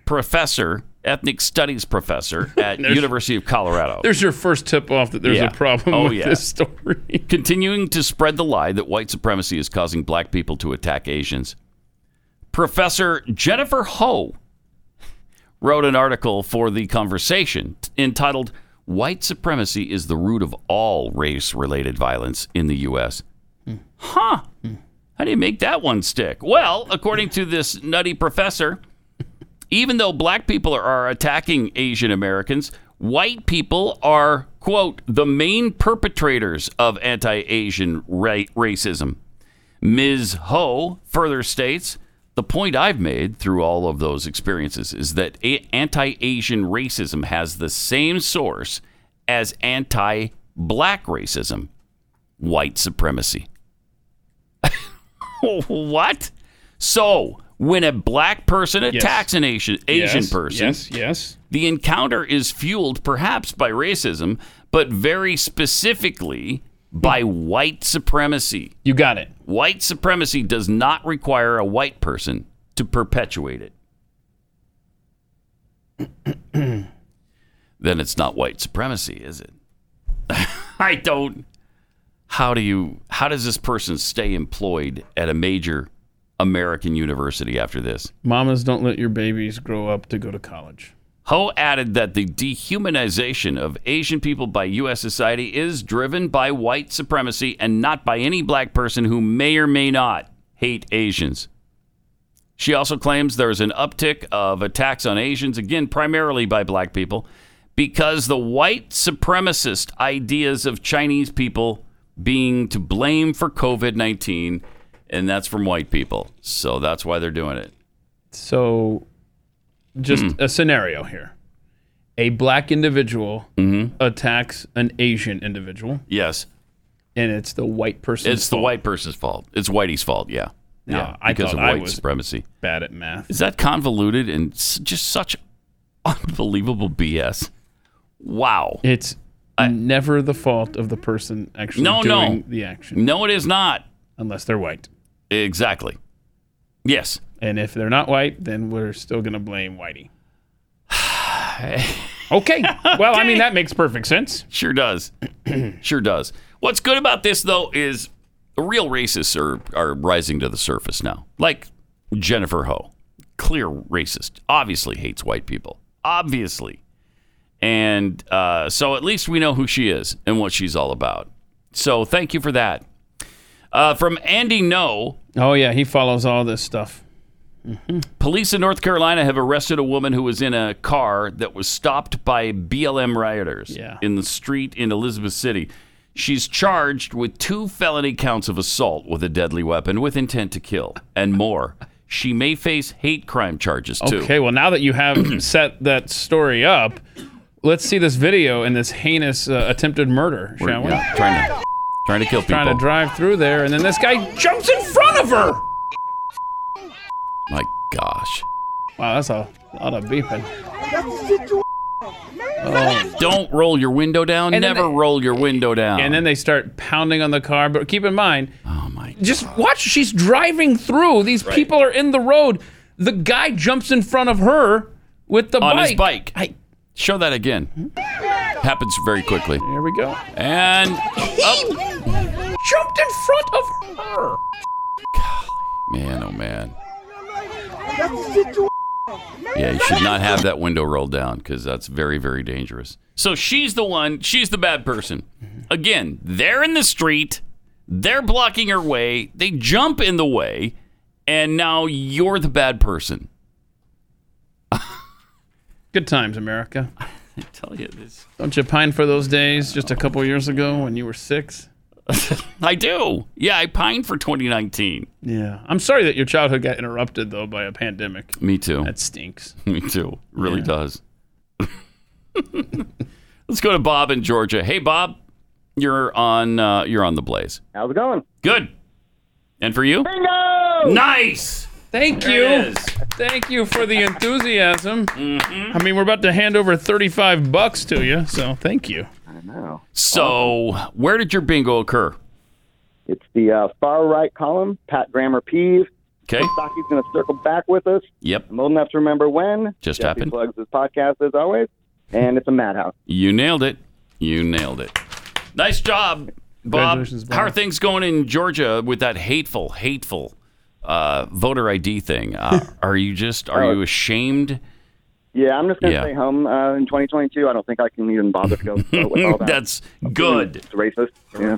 professor, ethnic studies professor at There's- University of Colorado. There's your first tip off that there's Yeah. a problem Oh, with yeah. this story. Continuing to spread the lie that white supremacy is causing black people to attack Asians. Professor Jennifer Ho wrote an article for The Conversation entitled White Supremacy is the Root of All Race Related Violence in the U.S. Huh. How do you make that one stick? Well, according to this nutty professor, even though black people are attacking Asian Americans, white people are, quote, the main perpetrators of anti Asian ra- racism. Ms. Ho further states the point I've made through all of those experiences is that anti Asian racism has the same source as anti black racism white supremacy. what? So, when a black person attacks an Asian, Asian Yes, person, yes, yes. the encounter is fueled perhaps by racism, but very specifically by white supremacy. You got it. White supremacy does not require a white person to perpetuate it. then it's not white supremacy, is it? I don't. How do you? How does this person stay employed at a major American university after this? Mamas don't let your babies grow up to go to college. Ho added that the dehumanization of Asian people by U.S. society is driven by white supremacy and not by any black person who may or may not hate Asians. She also claims there is an uptick of attacks on Asians, again, primarily by black people, because the white supremacist ideas of Chinese people being to blame for COVID 19, and that's from white people. So that's why they're doing it. So, just Hmm. a scenario here: a black individual Mm-hmm. attacks an Asian individual, Yes. and it's the white person. It's the white person's fault. It's Whitey's fault. Yeah. Yeah, yeah. I because thought of I white was supremacy. Bad at math. Is that convoluted and s- just such unbelievable BS? Wow. It's never the fault of the person actually No, no. doing the action, No, it is not. unless they're white. Exactly. Yes. And if they're not white, then we're still going to blame Whitey. okay. Well, I mean, that makes perfect sense. Sure does. sure does. What's good about this though is real racists are are rising to the surface now. Like Jennifer Ho, clear racist, obviously hates white people, obviously, and uh, so at least we know who she is and what she's all about. So thank you for that. Uh, from Andy No, Oh, yeah. He follows all this stuff. Police in North Carolina have arrested a woman who was in a car that was stopped by BLM rioters in the street in Elizabeth City. She's charged with two felony counts of assault with a deadly weapon with intent to kill and more. She may face hate crime charges too. Okay. Well, now that you have set that story up, let's see this video and this heinous uh, attempted murder, We're- shall we? yeah, trying to trying to kill people. Trying to drive through there, and then this guy jumps in front of her. My gosh. Wow, that's a lot of beeping. Don't roll your window down. And then Never they- roll your window down. And then they start pounding on the car. But keep in mind, oh my, just watch. She's driving through. These people are in the road. The guy jumps in front of her with the on bike. his bike. Show that again. Happens very quickly. Here we go. And oh, jumped in front of her. man, oh man. Yeah, you should not have that window rolled down because that's very, very dangerous. So she's the one, she's the bad person. Again, they're in the street, they're blocking her way, they jump in the way, and now you're the bad person. Good times, America. I tell you this. Don't you pine for those days just a couple years ago when you were six? I do. Yeah, I pined for 2019. Yeah. I'm sorry that your childhood got interrupted, though, by a pandemic. Me too. That stinks. Me too. Really does. Let's go to Bob in Georgia. Hey, Bob, you're on. Uh, you're on the Blaze. How's it going? Good. And for you? Bingo! Nice. Thank There you. it is. Thank you for the enthusiasm. Mm-hmm. I mean, we're about to hand over 35 bucks to you, so thank you. I know. So, where did your bingo occur? It's the uh, far right column, Pat Grammer Pease. Okay. Stocky's going to circle back with us. Yep. I'm old enough to remember when. Just Jesse happened. plugs his podcast as always, and it's a madhouse. You nailed it. You nailed it. Nice job, Bob. Congratulations, Bob. How are things going in Georgia with that hateful, hateful uh, voter ID thing? Uh, are you just? Are Oh. you ashamed? Yeah, I'm just going to Yeah. stay home uh, in 2022. I don't think I can even bother to go vote with all that. That's good. It's racist. Yeah.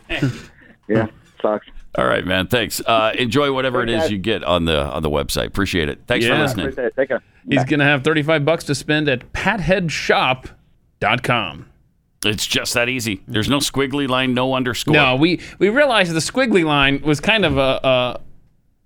yeah. Sucks. All right, man. Thanks. Uh, enjoy whatever it is you get on the on the website. Appreciate it. Thanks for Yeah. listening. Appreciate it. Take care. He's going to have 35 bucks to spend at patheadshop.com. It's just that easy. There's no squiggly line, no underscore. No, we, we realized the squiggly line was kind of a, a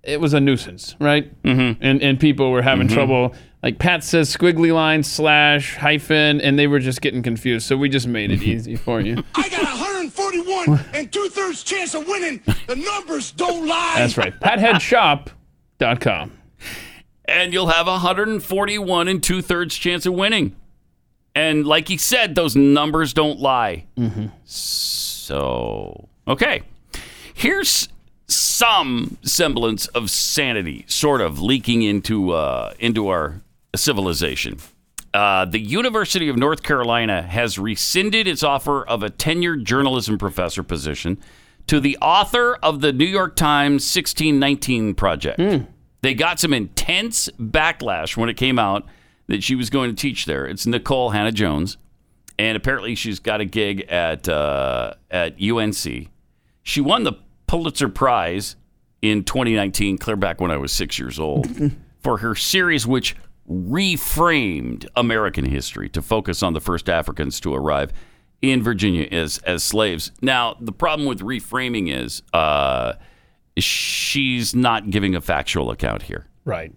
it was a nuisance, right? Mm-hmm. And, and people were having Mhm. trouble. Like Pat says, squiggly line slash hyphen, and they were just getting confused. So we just made it easy for you. I got 141 one and two thirds chance of winning. The numbers don't lie. That's right. PatheadShop.com. and you'll have 141 and two thirds chance of winning. And like he said, those numbers don't lie. So, okay. Here's some semblance of sanity sort of leaking into uh, into our civilization. Uh, the University of North Carolina has rescinded its offer of a tenured journalism professor position to the author of the New York Times 1619 project. They got some intense backlash when it came out that she was going to teach there. It's Nicole Hannah Jones, and apparently she's got a gig at uh, at UNC. She won the Pulitzer Prize in 2019, clear back when I was six years old, for her series which reframed American history to focus on the first Africans to arrive in Virginia as as slaves. Now, the problem with reframing is uh, she's not giving a factual account here. Right.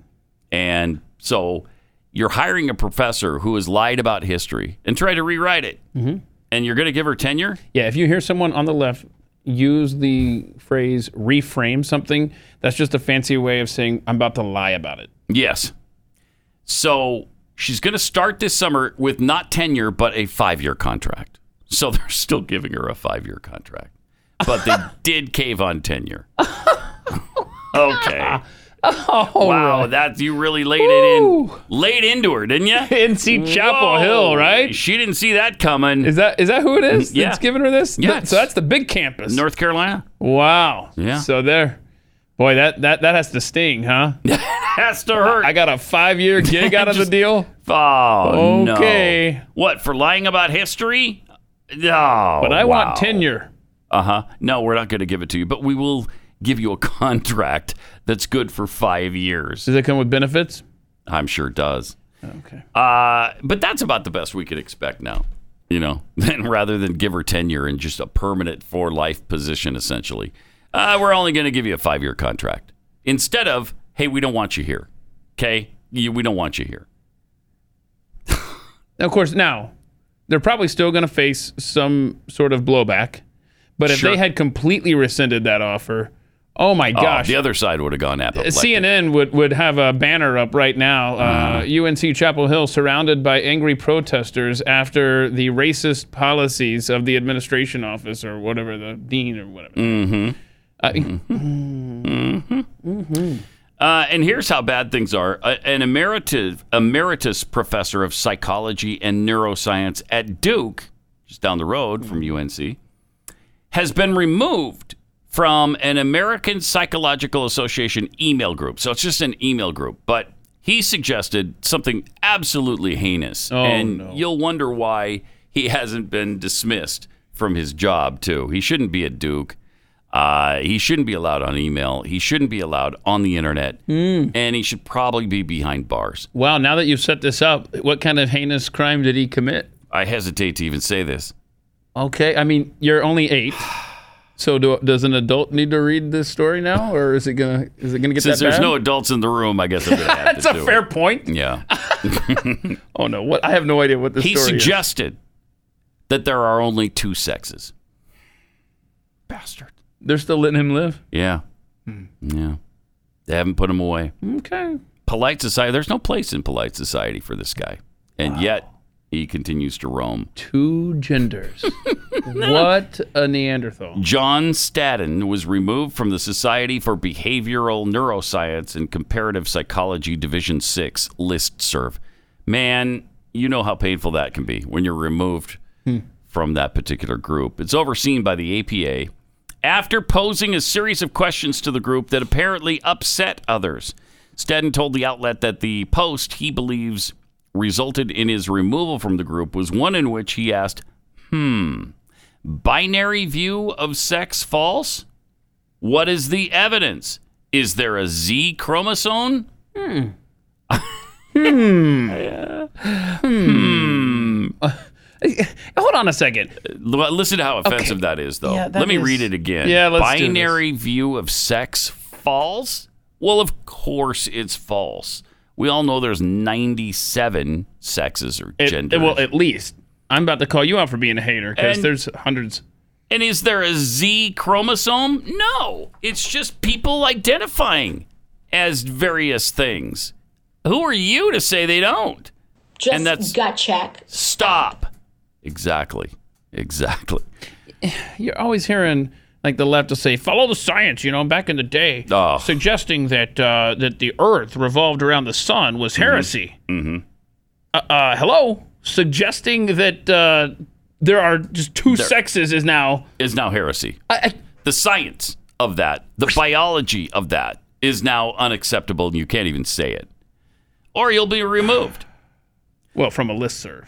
And so you're hiring a professor who has lied about history and tried to rewrite it. Mm-hmm. And you're going to give her tenure? Yeah, if you hear someone on the left use the phrase reframe something, that's just a fancy way of saying I'm about to lie about it. Yes. So she's going to start this summer with not tenure, but a five year contract. So they're still giving her a five year contract. But they did cave on tenure. Oh, okay. wow, that you really laid it in, laid into her, didn't you? Didn't see Chapel Hill, right? She didn't see that coming. Is that is that who it is Yeah. that's giving her this? Yeah, Th- So that's the big campus. North Carolina. Wow. Yeah. So there. Boy, that that that has to sting, huh? has to hurt. I got a five year gig out of the Just- deal. Oh no. Okay. What for lying about history? No. But I want tenure. Uh huh. No, we're not going to give it to you, but we will give you a contract that's good for five years. Does it come with benefits? I'm sure it does. Okay. Uh, but that's about the best we could expect now. You know, and rather than give her tenure and just a permanent for life position, essentially, uh, we're only going to give you a five year contract instead of, hey, we don't want you here. Okay, you, we don't want you here. Now, of course, now they're probably still going to face some sort of blowback. But if Sure. they had completely rescinded that offer, oh my Oh, gosh, the other side would have gone Uh, apoplectic. CNN would, would have a banner up right now. Uh-huh. Uh, UNC Chapel Hill surrounded by angry protesters after the racist policies of the administration office or whatever, the dean or whatever. Mm-hmm. I- Uh, and here's how bad things are. A- an emeritus, emeritus professor of psychology and neuroscience at Duke, just down the road from UNC, has been removed from an American Psychological Association email group. So it's just an email group. But he suggested something absolutely heinous. Oh, and you'll wonder why he hasn't been dismissed from his job, too. He shouldn't be at Duke. Uh, he shouldn't be allowed on email. He shouldn't be allowed on the internet. Hmm. And he should probably be behind bars. Wow, now that you've set this up, what kind of heinous crime did he commit? I hesitate to even say this. Okay, I mean, you're only eight. So do, does an adult need to read this story now, or is it gonna is it gonna get Since that there's bad? no adults in the room, I guess I'm going to have That's to a do it. fair point. Yeah. Oh no, what I have no idea what this he story is. suggested that there are only two sexes. They're still letting him live. Yeah. Hmm. Yeah. They haven't put him away. Okay. Polite society, there's no place in polite society for this guy. And yet, he continues to roam. Two genders. What a Neanderthal. John Staden was removed from the Society for Behavioral Neuroscience and Comparative Psychology Division 6 listserv. Man, you know how painful that can be when you're removed Hmm. from that particular group. It's overseen by the APA after posing a series of questions to the group that apparently upset others. Staden told the outlet that the post he believes resulted in his removal from the group was one in which he asked, hmm, binary view of sex false? What is the evidence? Is there a Z chromosome? Hmm. hmm. Hmm. Hold on a second. L- Listen to how offensive that is, though. Yeah, that Let me is- read it again. Yeah, let's do this. Binary view of sex false? Well, of course it's false. We all know there's 97 sexes or It- genders. well, at least I'm about to call you out for being a hater because And- there's hundreds. And is there a Z chromosome? No. It's just people identifying as various things. Who are you to say they don't? Just and that's gut check. Stop. Exactly. Exactly. You're always hearing like the left will say, "Follow the science." You know, back in the day, suggesting that uh, that the Earth revolved around the sun was heresy. Mm-hmm. uh, uh, hello, suggesting that uh, there are just two There- sexes is now. Is now heresy. the science of that, the biology of that is now unacceptable and you can't even say it. Or you'll be removed. Well, from a listserv.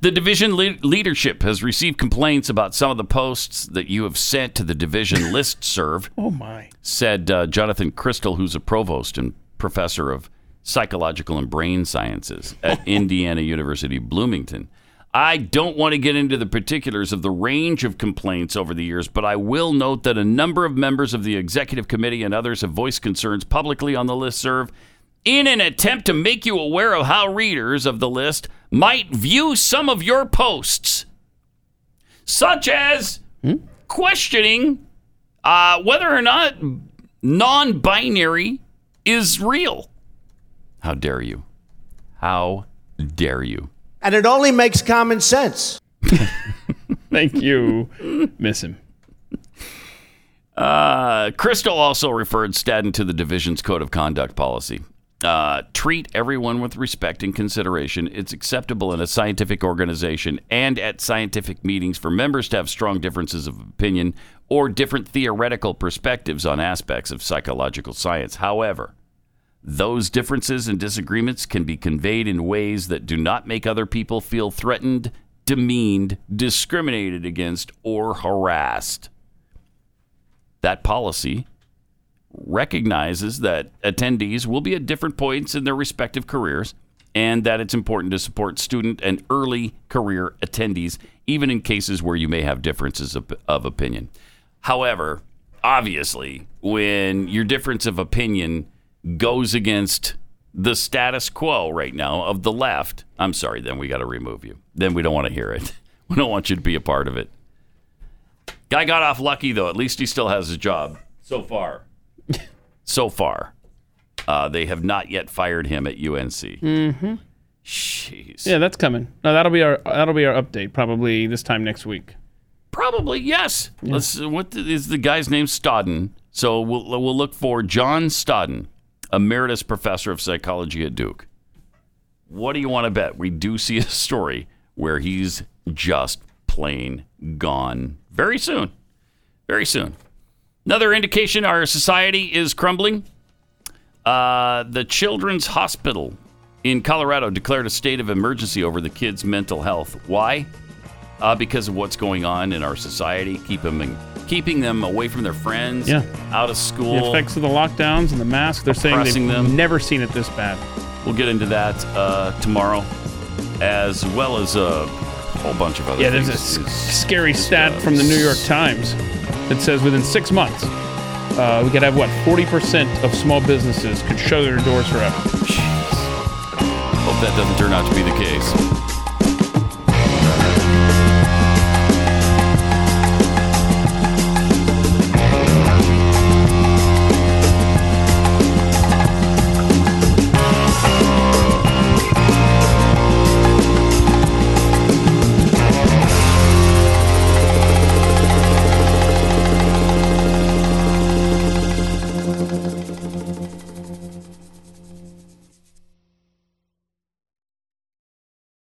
The division le- leadership has received complaints about some of the posts that you have sent to the division listserv. Oh my! Said uh, Jonathan Crystal, who's a provost and professor of psychological and brain sciences at Indiana University Bloomington. I don't want to get into the particulars of the range of complaints over the years, but I will note that a number of members of the executive committee and others have voiced concerns publicly on the listserv in an attempt to make you aware of how readers of the list might view some of your posts, such as questioning uh, whether or not non binary is real. How dare you? How dare you? And it only makes common sense. Thank you. Miss him. Uh, Crystal also referred Stadden to the division's code of conduct policy. Uh, treat everyone with respect and consideration. It's acceptable in a scientific organization and at scientific meetings for members to have strong differences of opinion or different theoretical perspectives on aspects of psychological science. However, those differences and disagreements can be conveyed in ways that do not make other people feel threatened, demeaned, discriminated against, or harassed. That policy recognizes that attendees will be at different points in their respective careers and that it's important to support student and early career attendees, even in cases where you may have differences of, of opinion. However, obviously, when your difference of opinion goes against the status quo right now of the left, I'm sorry, then we got to remove you. Then we don't want to hear it. We don't want you to be a part of it. Guy got off lucky though. At least he still has his job so far. so far, uh, they have not yet fired him at UNC. Mm-hmm. Jeez. Yeah, that's coming. No, that'll be our that'll be our update probably this time next week. Probably yes. Let's. What is the guy's name? Stodden. So we'll we'll look for John Stodden, emeritus professor of psychology at Duke. What do you want to bet? We do see a story where he's just plain gone very soon. Very soon. Another indication our society is crumbling. Uh, the Children's Hospital in Colorado declared a state of emergency over the kids' mental health. Why? Uh, because of what's going on in our society, keep 'em in, keeping them away from their friends, Yeah. out of school. The effects of the lockdowns and the mask. They're saying they've Oppressing them. never seen it this bad. We'll get into that uh, tomorrow, as well as a whole bunch of other Yeah, things. there's a s- scary stat from the New York Times that says within six months, uh, we could have what 40% of small businesses could shut their doors forever. Hope that doesn't turn out to be the case.